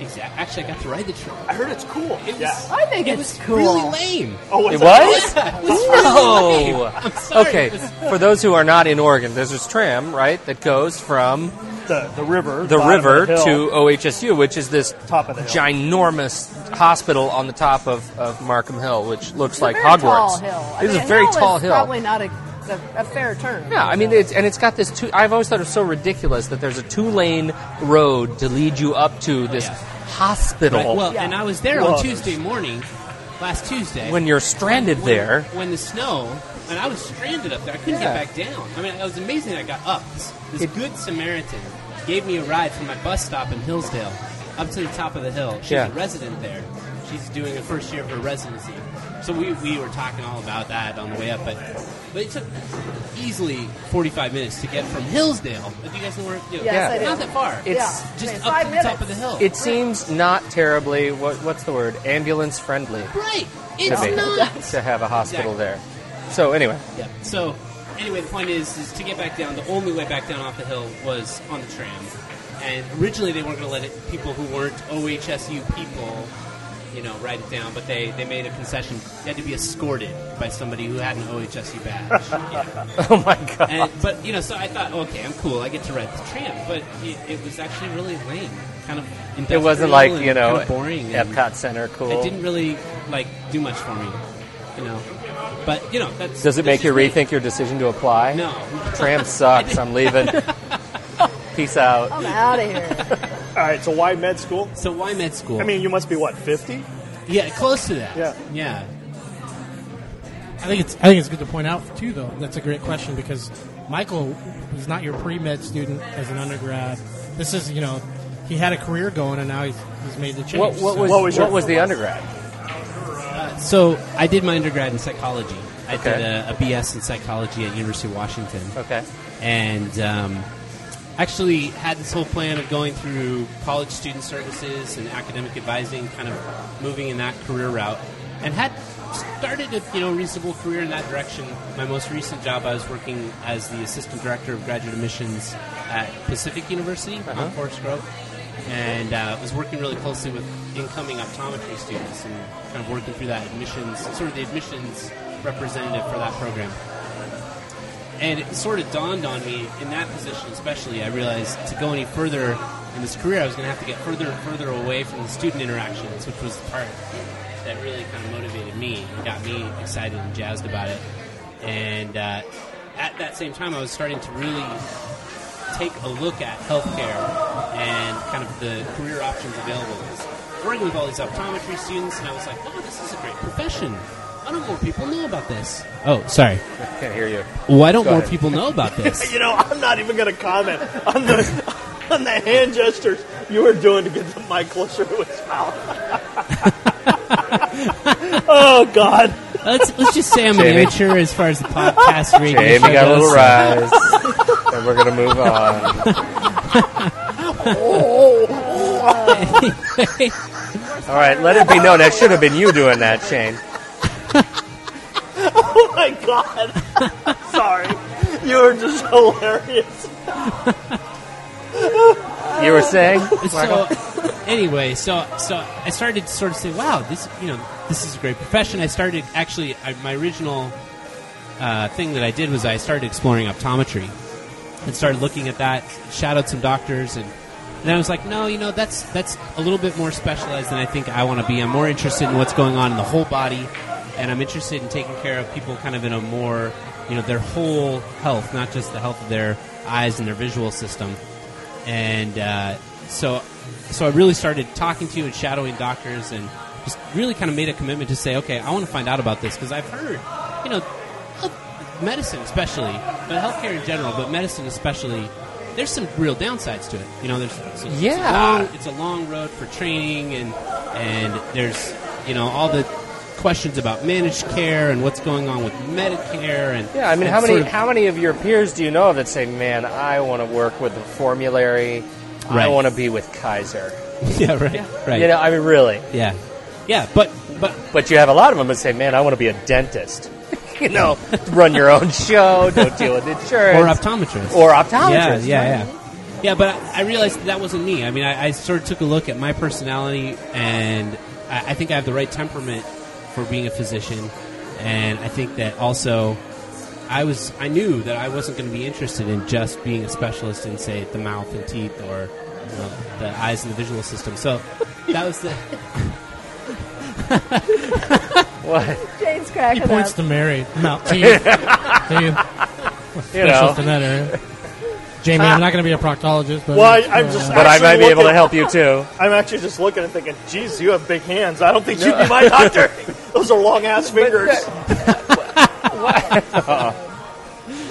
Speaker 5: Exact. Actually, I got to ride the train.
Speaker 2: I heard it's cool.
Speaker 5: It was,
Speaker 2: yeah.
Speaker 3: I think
Speaker 5: it
Speaker 3: it's
Speaker 5: was
Speaker 3: cool.
Speaker 5: really lame.
Speaker 2: Oh,
Speaker 1: It
Speaker 2: what's
Speaker 1: was?
Speaker 5: Yeah, it was really lame.
Speaker 1: No.
Speaker 5: I'm sorry.
Speaker 1: Okay,
Speaker 5: It was-
Speaker 1: for those who are not in Oregon, there's this tram, right, that goes from
Speaker 2: The, the river.
Speaker 1: the
Speaker 2: bottom of
Speaker 1: river
Speaker 2: hill.
Speaker 1: to OHSU, which is this
Speaker 2: Top of the hill.
Speaker 1: ginormous hospital on the top of, of Markham Hill, which looks
Speaker 3: It's
Speaker 1: like
Speaker 3: a very Tall
Speaker 1: Hogwarts.
Speaker 3: hill. I
Speaker 1: It is
Speaker 3: mean,
Speaker 1: a very
Speaker 3: hill
Speaker 1: tall
Speaker 3: is
Speaker 1: hill.
Speaker 3: Probably not a, a, a fair turn.
Speaker 1: Yeah, I mean, it's, and it's got this two. I've always thought it was so ridiculous that there's a two lane road to lead you up to this
Speaker 5: yeah.
Speaker 1: hospital
Speaker 5: Right, well,
Speaker 3: Yeah.
Speaker 5: and I was there
Speaker 2: Well,
Speaker 5: on Tuesday morning, last Tuesday.
Speaker 1: when you're stranded
Speaker 5: when-
Speaker 1: there.
Speaker 5: When the snow, and I was stranded up there. I couldn't
Speaker 1: Yeah.
Speaker 5: get back down. I mean, it was amazing that I got up. This, this
Speaker 1: It-
Speaker 5: good Samaritan gave me a ride from my bus stop in Hillsdale up to the top of the hill. She's
Speaker 1: Yeah.
Speaker 5: a resident there. She's doing the first year of her residency. So we, we were talking all about that on the way up, but but it took easily 45 minutes to get from Hillsdale. If you guys know where, you know,
Speaker 3: Yes,
Speaker 1: I do.
Speaker 5: not that far.
Speaker 1: It's-
Speaker 3: yeah.
Speaker 5: just
Speaker 3: I mean, five
Speaker 5: up to the
Speaker 3: minutes.
Speaker 5: top of the hill.
Speaker 1: It seems not terribly, what, what's the word, ambulance friendly to,
Speaker 5: right. It's
Speaker 1: be-
Speaker 5: not.
Speaker 1: to have a hospital
Speaker 5: Exactly.
Speaker 1: there. So, anyway,
Speaker 5: Yeah. So, anyway, the point is, is to get back down. The only way back down off the hill was on the tram, and originally they weren't going to let it, people who weren't OHSU people, you know, ride it down. But they, they made a concession. You had to be escorted by somebody who had an OHSU badge. Yeah.
Speaker 1: oh my God.
Speaker 5: And, but you know, so I thought, okay, I'm cool. I get to ride the tram. But it, it was actually really lame. Kind of.
Speaker 1: It wasn't
Speaker 5: industrial
Speaker 1: like,
Speaker 5: and
Speaker 1: you know,
Speaker 5: kind of boring. and-
Speaker 1: Epcot Center cool.
Speaker 5: It didn't really like do much for me. You know. But you know, that's
Speaker 1: Does it
Speaker 5: that's
Speaker 1: make you
Speaker 5: just me.
Speaker 1: rethink your decision to apply?
Speaker 5: No.
Speaker 1: Tram sucks. I'm leaving. Peace out.
Speaker 3: I'm out of here.
Speaker 2: All right, so why med school?
Speaker 5: So why med school?
Speaker 2: I mean, you must be what fifty?
Speaker 5: yeah, close to that.
Speaker 2: Yeah.
Speaker 5: yeah.
Speaker 4: I think it's I think it's good to point out too, though. That's a great question because Michael is not your pre med student as an undergrad. This is you know he had a career going and now he's, he's made the change.
Speaker 1: What, what was
Speaker 2: What was your-
Speaker 1: what was the undergrad?
Speaker 5: Uh, So I did my undergrad in psychology. I
Speaker 1: Okay.
Speaker 5: did a, a BS in psychology at University of Washington.
Speaker 1: Okay.
Speaker 5: And um, actually had this whole plan of going through college student services and academic advising, kind of moving in that career route, and had started a you know reasonable career in that direction. My most recent job, I was working as the assistant director of graduate admissions at Pacific University on Forest Grove, and uh, was working really closely with incoming optometry students and kind of working through that admissions, sort of the admissions representative for that program. And it sort of dawned on me in that position, especially, I realized to go any further in this career, I was going to have to get further and further away from the student interactions, which was the part that really kind of motivated me and got me excited and jazzed about it. And uh, at that same time, I was starting to really take a look at healthcare and kind of the career options available. I was working with all these optometry students, and I was like, oh, this is a great profession. Why don't more people know about this? Oh, sorry.
Speaker 1: I can't hear you.
Speaker 5: Why don't
Speaker 1: Go
Speaker 5: more
Speaker 1: ahead.
Speaker 5: people know about this?
Speaker 2: You know, I'm not even going to comment on the on the hand gestures you were doing to get the mic closer to his mouth. oh God!
Speaker 5: let's, let's just say I'm an
Speaker 1: Jamie.
Speaker 5: amateur as far as the podcast radio
Speaker 1: Jamie
Speaker 5: show
Speaker 1: got a little
Speaker 5: goes.
Speaker 1: rise, and we're gonna move on. All right, let it be known that should have been you doing that, Shane.
Speaker 2: Oh my God! Sorry, you were just hilarious.
Speaker 1: You were saying?
Speaker 5: so anyway, so so I started to sort of say, wow, this you know this is a great profession. I started actually I, my original uh, thing that I did was I started exploring optometry and started looking at that. Shadowed some doctors and. And I was like, no, you know, that's that's a little bit more specialized than I think I want to be. I'm more interested in what's going on in the whole body, and I'm interested in taking care of people kind of in a more, you know, their whole health, not just the health of their eyes and their visual system and uh, so so I really started talking to and shadowing doctors and just really kind of made a commitment to say, okay, I want to find out about this because I've heard, you know, health, medicine especially, but healthcare in general, but medicine especially, there's some real downsides to it. You know, there's it's a- it's a
Speaker 1: Yeah.
Speaker 5: long- it's a long road for training and and there's you know all the questions about managed care and what's going on with Medicare and
Speaker 1: Yeah, I mean,
Speaker 5: and
Speaker 1: how many
Speaker 5: sort of-
Speaker 1: how many of your peers do you know that say, "Man, I want to work with the formulary. I
Speaker 5: Right.
Speaker 1: want to be with Kaiser."
Speaker 5: yeah right right
Speaker 1: You know, I mean, really.
Speaker 5: yeah yeah but but
Speaker 1: But you have a lot of them that say, "Man, I want to be a dentist." you know, run your own show, don't deal with
Speaker 5: or
Speaker 1: insurance,
Speaker 5: optometrist
Speaker 1: or optometrist.
Speaker 5: Yeah, yeah, yeah. Yeah, but I I realized that, that wasn't me. I mean, I, I sort of took a look at my personality, and I, I think I have the right temperament for being a physician. And I think that also, I was I knew that I wasn't going to be interested in just being a specialist in say the mouth and teeth or you know, the eyes and the visual system. So that was the
Speaker 1: What?
Speaker 3: Jane's
Speaker 4: He
Speaker 3: cracking
Speaker 4: points
Speaker 3: up.
Speaker 4: to Mary. Mount T. Dude,
Speaker 1: You
Speaker 4: specialist in
Speaker 1: know,
Speaker 4: that area. Jamie, I'm not going to be a proctologist, but uh,
Speaker 2: Well, I- I'm just-
Speaker 1: but I might be
Speaker 2: Actually,
Speaker 1: able to
Speaker 2: look
Speaker 1: help you too.
Speaker 2: I'm actually just looking and thinking, "Geez, you have big hands. I don't think you'd be my doctor. Those are long ass fingers.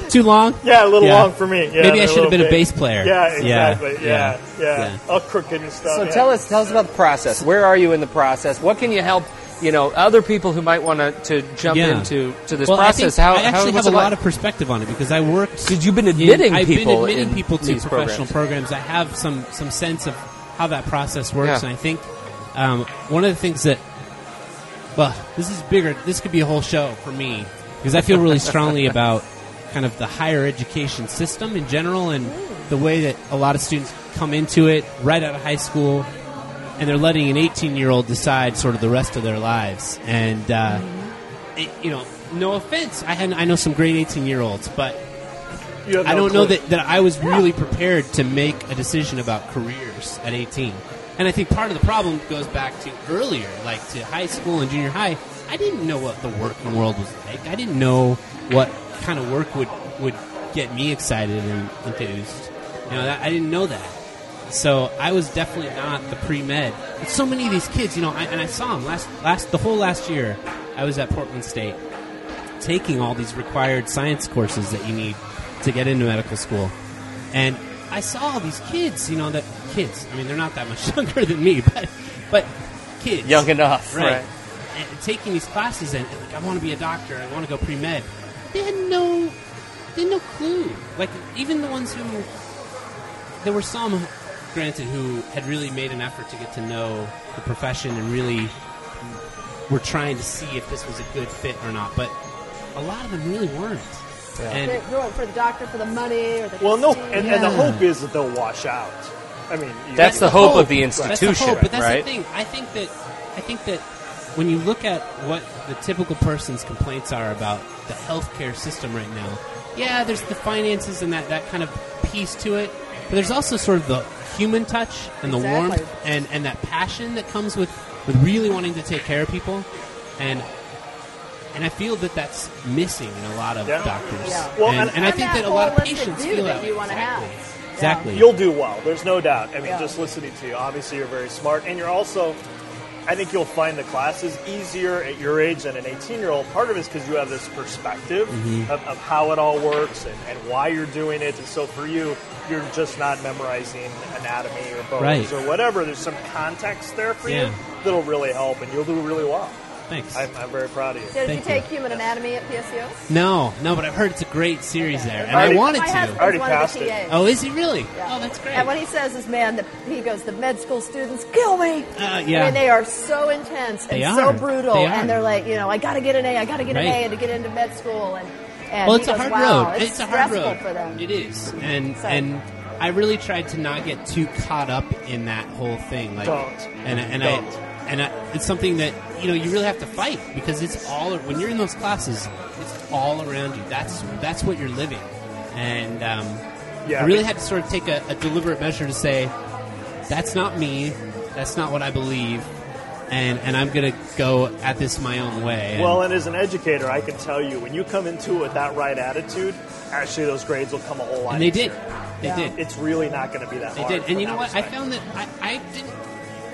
Speaker 5: too long.
Speaker 2: Yeah, a little
Speaker 5: Yeah.
Speaker 2: long for me. Yeah,
Speaker 5: Maybe I
Speaker 2: they're
Speaker 5: should have
Speaker 2: little
Speaker 5: been a
Speaker 2: big.
Speaker 5: bass player.
Speaker 2: Yeah, exactly. Yeah, yeah,
Speaker 5: yeah.
Speaker 2: all crooked and stuff.
Speaker 1: So
Speaker 2: yeah.
Speaker 1: tell us, tell us about the process. Where are you in the process? What can you help? You know, other people who might want to jump
Speaker 5: Yeah.
Speaker 1: into to this
Speaker 5: well,
Speaker 1: process.
Speaker 5: I,
Speaker 1: how
Speaker 5: think I actually
Speaker 1: how,
Speaker 5: have a lot of perspective on it because I worked
Speaker 1: because you've been
Speaker 5: in-
Speaker 1: admitting
Speaker 5: I've
Speaker 1: people.
Speaker 5: been admitting
Speaker 1: in
Speaker 5: people to
Speaker 1: these
Speaker 5: professional
Speaker 1: programs.
Speaker 5: programs. I have some some sense of how that process works,
Speaker 1: Yeah.
Speaker 5: and I think um, one of the things that well, this is bigger. This could be a whole show for me because I feel really strongly about kind of the higher education system in general and the way that a lot of students come into it right out of high school and they're letting an 18 year old decide sort of the rest of their lives and uh,
Speaker 1: Mm-hmm.
Speaker 5: it- you know no offense I, had, I know some great 18 year olds but
Speaker 2: You have
Speaker 5: I
Speaker 2: no
Speaker 5: don't know
Speaker 2: clue.
Speaker 5: that, that I was really prepared to make a decision about careers at 18. And I think part of the problem goes back to earlier, like to high school and junior high. I didn't know what the working world was like. I didn't know what kind of work would, would get me excited and enthused. You know, that, I didn't know that. So I was definitely not the pre med. But so many of these kids, you know, I, and I saw them last last the whole last year. I was at Portland State taking all these required science courses that you need to get into medical school, and I saw all these kids, you know, that kids. I mean, they're not that much younger than me, but but kids,
Speaker 1: Young enough, right?
Speaker 5: right? and taking these classes and, and, like I want to be a doctor, I want to go pre med. They had no, they had no clue. Like even the ones who, there were some, granted, who had really made an effort to get to know the profession and really were trying to see if this was a good fit or not. But a lot of them really weren't. And
Speaker 3: They're going for the doctor for the money or the
Speaker 2: Well, no,
Speaker 3: casino.
Speaker 2: and, and the hope is that they'll wash out. I mean, you-
Speaker 1: That's the hope of the
Speaker 5: That's the
Speaker 1: institution,
Speaker 5: hope, but that's
Speaker 1: right?
Speaker 5: the thing. I think that I think that when you look at what the typical person's complaints are about the healthcare system right now, yeah, there's the finances and that that kind of piece to it, but there's also sort of the human touch and the
Speaker 3: Exactly.
Speaker 5: warmth and and that passion that comes with with really wanting to take care of people, and. And I feel that that's missing in a lot of
Speaker 2: Yeah.
Speaker 5: doctors.
Speaker 3: Yeah.
Speaker 2: Well,
Speaker 5: and,
Speaker 2: and-
Speaker 5: and I think that a lot of
Speaker 3: holistic
Speaker 5: patients
Speaker 3: view
Speaker 5: feel
Speaker 3: that
Speaker 5: way.
Speaker 3: you wanna
Speaker 5: exactly.
Speaker 3: have. Yeah.
Speaker 5: Exactly.
Speaker 2: You'll do well. There's no doubt. I mean,
Speaker 3: Yeah.
Speaker 2: just listening to you, obviously you're very smart, and you're also. I think you'll find the classes easier at your age than an 18 year old. Part of it is because you have this perspective
Speaker 5: Mm-hmm.
Speaker 2: of, of how it all works and, and why you're doing it. And so for you, you're just not memorizing anatomy or bones
Speaker 5: Right.
Speaker 2: or whatever. There's some context there for
Speaker 5: Yeah.
Speaker 2: you that'll really help, and you'll do really well.
Speaker 5: Thanks.
Speaker 2: I'm, I'm very proud of you.
Speaker 3: Did you
Speaker 5: Thank
Speaker 3: take
Speaker 5: you.
Speaker 3: human anatomy at PSU?
Speaker 5: No, no, but I've heard it's a great series there, and
Speaker 2: Already-
Speaker 5: I wanted
Speaker 3: My
Speaker 5: to.
Speaker 3: husband's
Speaker 2: Already
Speaker 3: one of
Speaker 2: passed
Speaker 3: the
Speaker 2: it.
Speaker 3: TAs.
Speaker 5: Oh, is he really?
Speaker 3: Yeah.
Speaker 5: Oh, that's great.
Speaker 3: And what he says is, man, the, he goes, the med school students kill me.
Speaker 5: Uh, yeah.
Speaker 3: I mean, they are so intense and
Speaker 5: They
Speaker 3: so
Speaker 5: are.
Speaker 3: brutal.
Speaker 5: They are.
Speaker 3: And they're like, you know, I got to get an A, I got to get
Speaker 5: Right.
Speaker 3: an A to get into med school. And, and
Speaker 5: well,
Speaker 3: he
Speaker 5: it's a
Speaker 3: goes,
Speaker 5: hard
Speaker 3: wow,
Speaker 5: road.
Speaker 3: It's,
Speaker 5: It's, a hard
Speaker 3: stressful
Speaker 5: road
Speaker 3: for them.
Speaker 5: It is, and
Speaker 3: So-
Speaker 5: and I really tried to not get too caught up in that whole thing. Like,
Speaker 2: Don't.
Speaker 5: and I- and
Speaker 2: Don't.
Speaker 5: I and I, it's something that you know you really have to fight because it's all when you're in those classes, it's all around you. That's that's what you're living, and um,
Speaker 2: Yeah,
Speaker 5: I really
Speaker 2: but-
Speaker 5: had to sort of take a, a deliberate measure to say that's not me, that's not what I believe. And, and I'm gonna go at this my own way. And-
Speaker 2: Well, and as an educator, I can tell you when you come into it with that right attitude, actually those grades will come a whole lot.
Speaker 5: And they
Speaker 2: easier.
Speaker 5: did. They did.
Speaker 2: It's really not going to be that
Speaker 5: they
Speaker 2: hard.
Speaker 5: did.
Speaker 2: from
Speaker 5: And you know
Speaker 2: that
Speaker 5: what? I
Speaker 2: perspective.
Speaker 5: found that I, I didn't.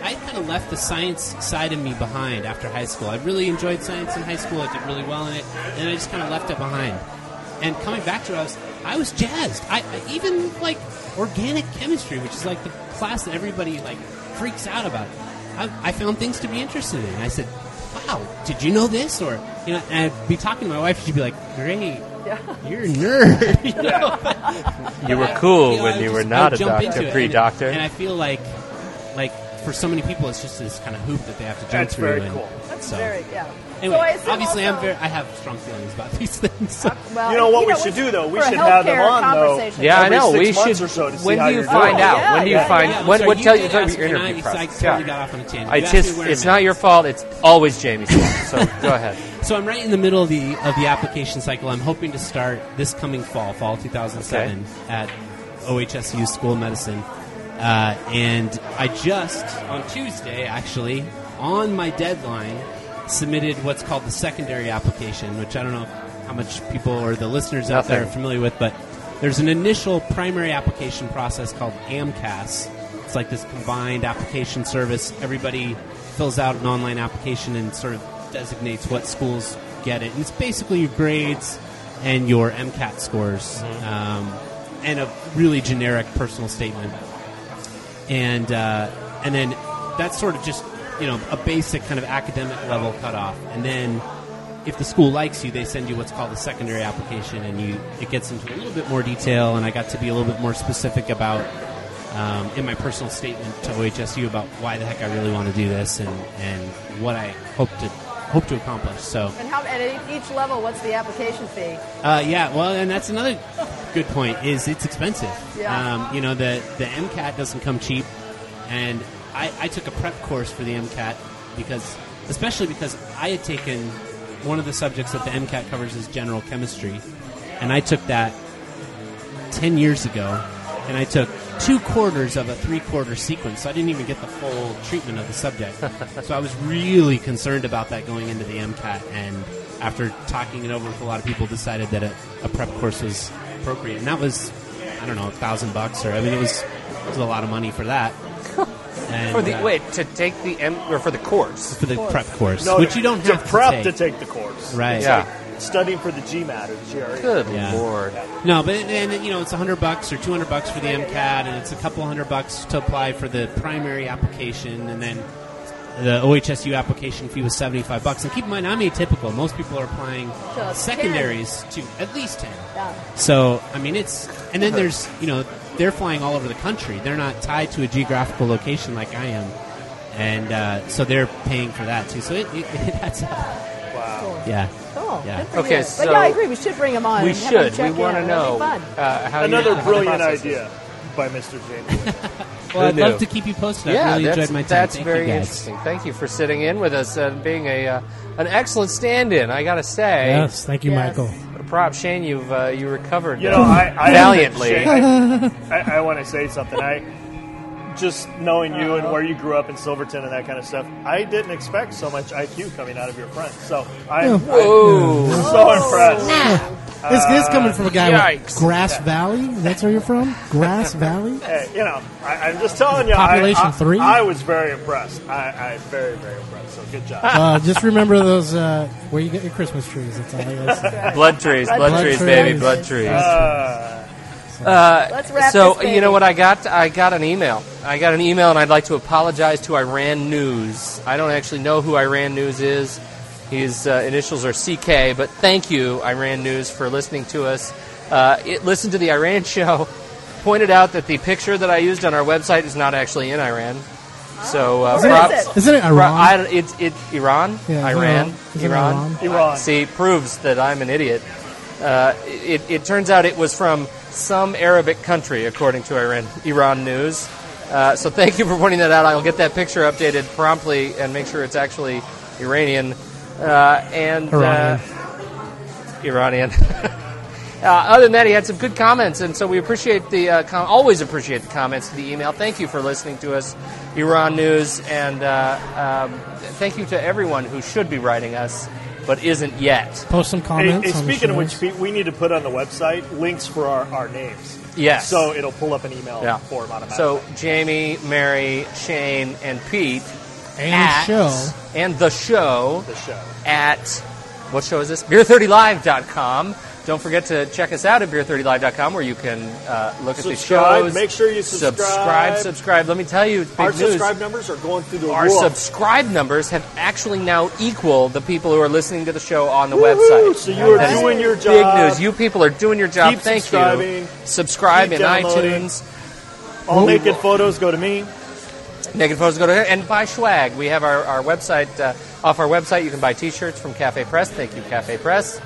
Speaker 5: I kind of left the science side of me behind after high school. I really enjoyed science in high school. I did really well in it, and I just kind of left it behind. And coming back to it, I was I was jazzed. I, I even like organic chemistry, which is like the class that everybody like freaks out about. I, I found things to be interested in. I said, "Wow, did you know this?" Or you know, and I'd be talking to my wife. She'd be like, "Great, you're a nerd." you know?
Speaker 1: You were
Speaker 5: I-
Speaker 1: cool
Speaker 5: know,
Speaker 1: when
Speaker 5: I
Speaker 1: you
Speaker 5: just-
Speaker 1: were
Speaker 5: I
Speaker 1: not a
Speaker 5: jump
Speaker 1: doctor,
Speaker 5: into it, and-
Speaker 1: pre-doctor.
Speaker 5: And, I feel like, like for so many people, it's just this kind of hoop that they have to jump
Speaker 2: That's
Speaker 5: through.
Speaker 2: very
Speaker 5: and-
Speaker 2: cool.
Speaker 3: That's
Speaker 5: so.
Speaker 3: very, yeah.
Speaker 5: Anyway,
Speaker 3: So I assume
Speaker 5: obviously, I'm
Speaker 3: also-
Speaker 5: very. I have strong feelings about these things.
Speaker 3: Well,
Speaker 2: You know what we
Speaker 3: we
Speaker 2: should do, though? We
Speaker 3: for a
Speaker 2: should have them
Speaker 3: healthcare
Speaker 2: on, though.
Speaker 3: conversation.
Speaker 1: yeah, I
Speaker 2: every
Speaker 1: know.
Speaker 2: six
Speaker 1: We
Speaker 2: months
Speaker 1: should.
Speaker 2: or so to see
Speaker 1: when
Speaker 2: how
Speaker 1: do you
Speaker 2: you're
Speaker 1: find
Speaker 3: doing.
Speaker 1: out?
Speaker 3: Yeah,
Speaker 1: when do you
Speaker 3: yeah,
Speaker 1: find?
Speaker 5: yeah. I'm
Speaker 1: When?
Speaker 5: sorry,
Speaker 1: What
Speaker 5: you
Speaker 1: tell
Speaker 5: did
Speaker 1: you? Tell
Speaker 5: ask
Speaker 1: me your
Speaker 5: me, and
Speaker 1: interview
Speaker 5: I- I
Speaker 1: process.
Speaker 5: totally
Speaker 1: yeah.
Speaker 5: got off on a tangent.
Speaker 1: I
Speaker 5: You asked me
Speaker 1: just.
Speaker 5: where
Speaker 1: It's
Speaker 5: I'm at.
Speaker 1: not your fault. It's always Jamie's fault. So go ahead.
Speaker 5: So I'm right in the middle of the of the application cycle. I'm hoping to start this coming fall, fall 2007, at OHSU School of Medicine. Uh, and I just on Tuesday, actually, on my deadline, submitted what's called the secondary application, which I don't know how much people or the listeners out there are
Speaker 1: Nothing.
Speaker 5: familiar with, but there's an initial primary application process called AMCAS. It's like this combined application service. Everybody fills out an online application and sort of designates what schools get it. And it's basically your grades and your MCAT scores um, and a really generic personal statement and uh, and then that's sort of just you know a basic kind of academic level cutoff, and then if the school likes you, they send you what's called a secondary application, and you it gets into a little bit more detail, and I got to be a little bit more specific about um, in my personal statement to OHSU about why the heck I really want to do this and and what I hope to hope to accomplish. So.
Speaker 3: And, how, and at each level, what's the application fee?
Speaker 5: Uh, yeah, well, and that's another good point. Is it's expensive?
Speaker 3: Yeah.
Speaker 5: Um, you know the the MCAT doesn't come cheap, and I, I took a prep course for the MCAT because, especially because I had taken one of the subjects that the MCAT covers is general chemistry, and I took that ten years ago, and I took two quarters of a three quarter sequence, so I didn't even get the full treatment of the subject. so I was really concerned about that going into the MCAT, and after talking it over with a lot of people, decided that a, a prep course was appropriate, and that was I don't know a thousand bucks or I mean it was it was a lot of money for that. And,
Speaker 1: For the
Speaker 5: uh,
Speaker 1: wait to take the M or for the course.
Speaker 5: for the prep course,
Speaker 2: No,
Speaker 5: which you don't
Speaker 2: to
Speaker 5: have
Speaker 2: prep
Speaker 5: to take.
Speaker 2: the course.
Speaker 5: Right.
Speaker 2: It's
Speaker 1: Yeah.
Speaker 2: like studying for the GMAT or the E. GRE.
Speaker 1: Good
Speaker 5: Yeah.
Speaker 1: lord.
Speaker 5: No, but and, and, you know it's hundred bucks or two hundred bucks for the MCAT, and it's a couple hundred bucks to apply for the primary application, and then the OHSU application fee was seventy five bucks. And keep in mind, I'm atypical. Most people are applying
Speaker 3: To
Speaker 5: secondaries to at least ten.
Speaker 3: Yeah.
Speaker 5: So I mean, it's and then there's you know they're flying all over the country. They're not tied to a geographical location like I am, and uh, so they're paying for that too. So it, it, that's
Speaker 3: Cool.
Speaker 5: yeah.
Speaker 3: Cool. Oh,
Speaker 5: Yeah.
Speaker 3: Good for
Speaker 1: Okay,
Speaker 3: you.
Speaker 1: so-
Speaker 3: but yeah, I agree. We should bring them on.
Speaker 1: we
Speaker 3: and have
Speaker 1: should.
Speaker 3: them
Speaker 1: We
Speaker 3: check
Speaker 1: want to
Speaker 3: in. That'll
Speaker 1: know
Speaker 3: be fun.
Speaker 1: uh, how you-
Speaker 2: Another
Speaker 1: how the
Speaker 2: brilliant
Speaker 1: process is.
Speaker 2: idea by Mr. James.
Speaker 5: Well, I'd
Speaker 1: Who knew?
Speaker 5: love to keep you posted.
Speaker 1: Yeah,
Speaker 5: I really
Speaker 1: that's,
Speaker 5: enjoyed my time.
Speaker 1: that's
Speaker 5: Thank
Speaker 1: very
Speaker 5: you guys.
Speaker 1: interesting. Thank you for sitting in with us and being a uh, an excellent stand-in. I gotta say,
Speaker 4: Yes, thank you,
Speaker 3: Yes.
Speaker 4: Michael.
Speaker 1: prop Shane, you've uh, you recovered
Speaker 2: You know, I, I
Speaker 1: valiantly.
Speaker 2: Shane, I, I, I want to say something. I just knowing you
Speaker 5: Uh-huh.
Speaker 2: and where you grew up in Silverton and that kind of stuff. I didn't expect so much IQ coming out of your friend. So I'm, I'm
Speaker 1: Whoa.
Speaker 2: so impressed.
Speaker 4: This is coming from a guy
Speaker 1: yikes.
Speaker 4: with Grass Valley. That's where you're from? Grass Valley?
Speaker 2: Hey, you know, I, I'm just telling you. I-
Speaker 4: Population
Speaker 2: I,
Speaker 4: three?
Speaker 2: I was very impressed. I, I very very impressed. So good job.
Speaker 4: Uh, just remember those uh, where you get your Christmas trees. That's all. That's,
Speaker 1: Blood trees, blood,
Speaker 3: Blood
Speaker 1: trees,
Speaker 4: trees.
Speaker 1: baby, blood trees.
Speaker 2: Uh,
Speaker 3: Let's wrap
Speaker 1: so
Speaker 3: this
Speaker 1: you know
Speaker 3: baby.
Speaker 1: what I got? I got an email. I got an email, and I'd like to apologize to Iran News. I don't actually know who Iran News is. His uh, initials are CK. But thank you, Iran News, for listening to us. Uh, it listened to the Iran show. Pointed out that the picture that I used on our website is not actually in Iran. So uh,
Speaker 3: Oh. Where is
Speaker 1: props.
Speaker 3: it?
Speaker 4: isn't it
Speaker 1: Pro-
Speaker 4: Iran?
Speaker 1: I, it's it, Iran,
Speaker 4: Yeah,
Speaker 1: Iran,
Speaker 4: it's Iran. It's in Iran.
Speaker 2: Iran.
Speaker 1: See, proves that I'm an idiot. Uh, it, it turns out it was from some Arabic country, according to Iran, Iran news. Uh, so thank you for pointing that out. I'll get that picture updated promptly and make sure it's actually Iranian. Uh, and
Speaker 4: Iranian.
Speaker 1: Uh, Iranian. Uh, other than that, he had some good comments, and so we appreciate the uh, com- always appreciate the comments to the email. Thank you for listening to us, Iran News, and uh, um, thank you to everyone who should be writing us but isn't yet.
Speaker 4: Post some
Speaker 2: hey,
Speaker 4: comments.
Speaker 2: hey,
Speaker 4: on the
Speaker 2: speaking of
Speaker 4: shows.
Speaker 2: which, Pete, we need to put on the website links for our, our names.
Speaker 1: Yes.
Speaker 2: So it'll pull up an email
Speaker 1: Yeah.
Speaker 2: form automatically.
Speaker 1: So Jamie, Mary, Shane, and Pete
Speaker 4: and
Speaker 1: at-
Speaker 4: show.
Speaker 1: and the show
Speaker 2: the show.
Speaker 1: at what show is this? Beer30live.com. Don't forget to check us out at beer30live.com where you can uh, look at
Speaker 2: Subscribe.
Speaker 1: the shows.
Speaker 2: Make sure you
Speaker 1: Subscribe,
Speaker 2: subscribe.
Speaker 1: subscribe. Let me tell you, it's big
Speaker 2: Our
Speaker 1: news.
Speaker 2: subscribe numbers are going through the
Speaker 1: our
Speaker 2: roof.
Speaker 1: subscribe numbers have actually now equaled the people who are listening to the show on the
Speaker 2: Woohoo!
Speaker 1: website.
Speaker 2: So you are
Speaker 1: That's
Speaker 2: doing your
Speaker 1: big
Speaker 2: job.
Speaker 1: news. You people are doing your job.
Speaker 2: Keep
Speaker 1: Thank you.
Speaker 2: subscribing.
Speaker 1: Subscribe
Speaker 2: Keep
Speaker 1: in
Speaker 2: downloading.
Speaker 1: iTunes.
Speaker 2: All naked photos go to me.
Speaker 1: Naked Photos go to her and buy swag. We have our, our website uh, off our website. You can buy T-shirts from Cafe Press. Thank you, Cafe Press.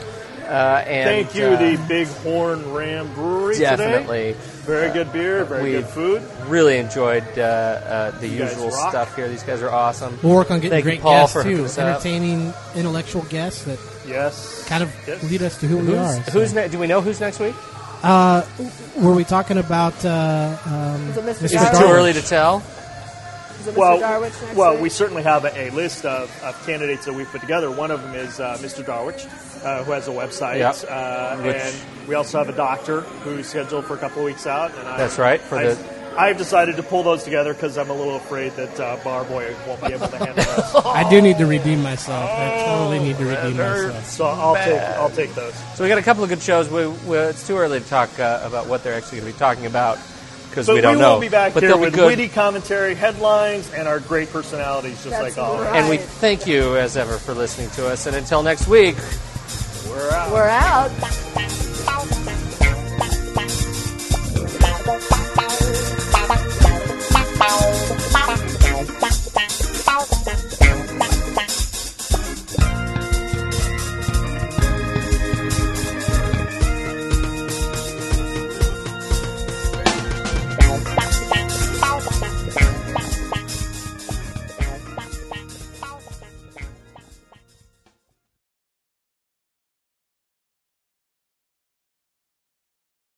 Speaker 1: Uh, and
Speaker 2: Thank you,
Speaker 1: uh,
Speaker 2: the Big Horn Ram Brewery today.
Speaker 1: definitely
Speaker 2: Very good beer, very
Speaker 1: we've-
Speaker 2: good food.
Speaker 1: really enjoyed uh, uh, the
Speaker 2: guys
Speaker 1: usual
Speaker 2: rock.
Speaker 1: stuff here. These guys are awesome.
Speaker 4: We'll work on getting
Speaker 1: Thank you,
Speaker 4: great
Speaker 1: Paul,
Speaker 4: guests
Speaker 1: for hooking
Speaker 4: too,
Speaker 1: us up.
Speaker 4: entertaining intellectual guests that
Speaker 2: Yes.
Speaker 4: kind of
Speaker 2: Yes.
Speaker 4: lead us to who we are.
Speaker 1: Who's,
Speaker 4: so.
Speaker 1: who's ne- do we know who's next week?
Speaker 4: Were we talking about? Uh, um,
Speaker 3: Is it Mr.
Speaker 4: Mr.
Speaker 1: It's
Speaker 3: Darwin?
Speaker 1: too early to tell.
Speaker 3: Is it Mr.
Speaker 2: Well,
Speaker 3: Darwich next
Speaker 2: well,
Speaker 3: week?
Speaker 2: we certainly have a, a list of, of candidates that we've put together. One of them is uh, Mr. Darwich, uh, who has a website,
Speaker 1: Yep.
Speaker 2: uh,
Speaker 1: Which-
Speaker 2: and we also have a doctor who's scheduled for a couple of weeks out. And I,
Speaker 1: That's right, for
Speaker 2: I,
Speaker 1: the-
Speaker 2: I've decided to pull those together because I'm a little afraid that uh, Barboy won't be able to handle us.
Speaker 3: Oh,
Speaker 4: I do need to redeem myself. I totally need to redeem myself.
Speaker 2: so I'll take I'll take those.
Speaker 1: So we got a couple of good shows. We, we, it's too early to talk uh, about what they're actually going to be talking about because
Speaker 2: But
Speaker 1: we don't
Speaker 2: will
Speaker 1: know.
Speaker 2: be back
Speaker 1: but
Speaker 2: here
Speaker 1: they'll
Speaker 2: with
Speaker 1: be good.
Speaker 2: witty commentary, headlines, and our great personalities, just
Speaker 3: That's
Speaker 2: like always.
Speaker 3: right.
Speaker 1: And we thank you as ever for listening to us. And until next week.
Speaker 3: we're out.
Speaker 6: Thank you.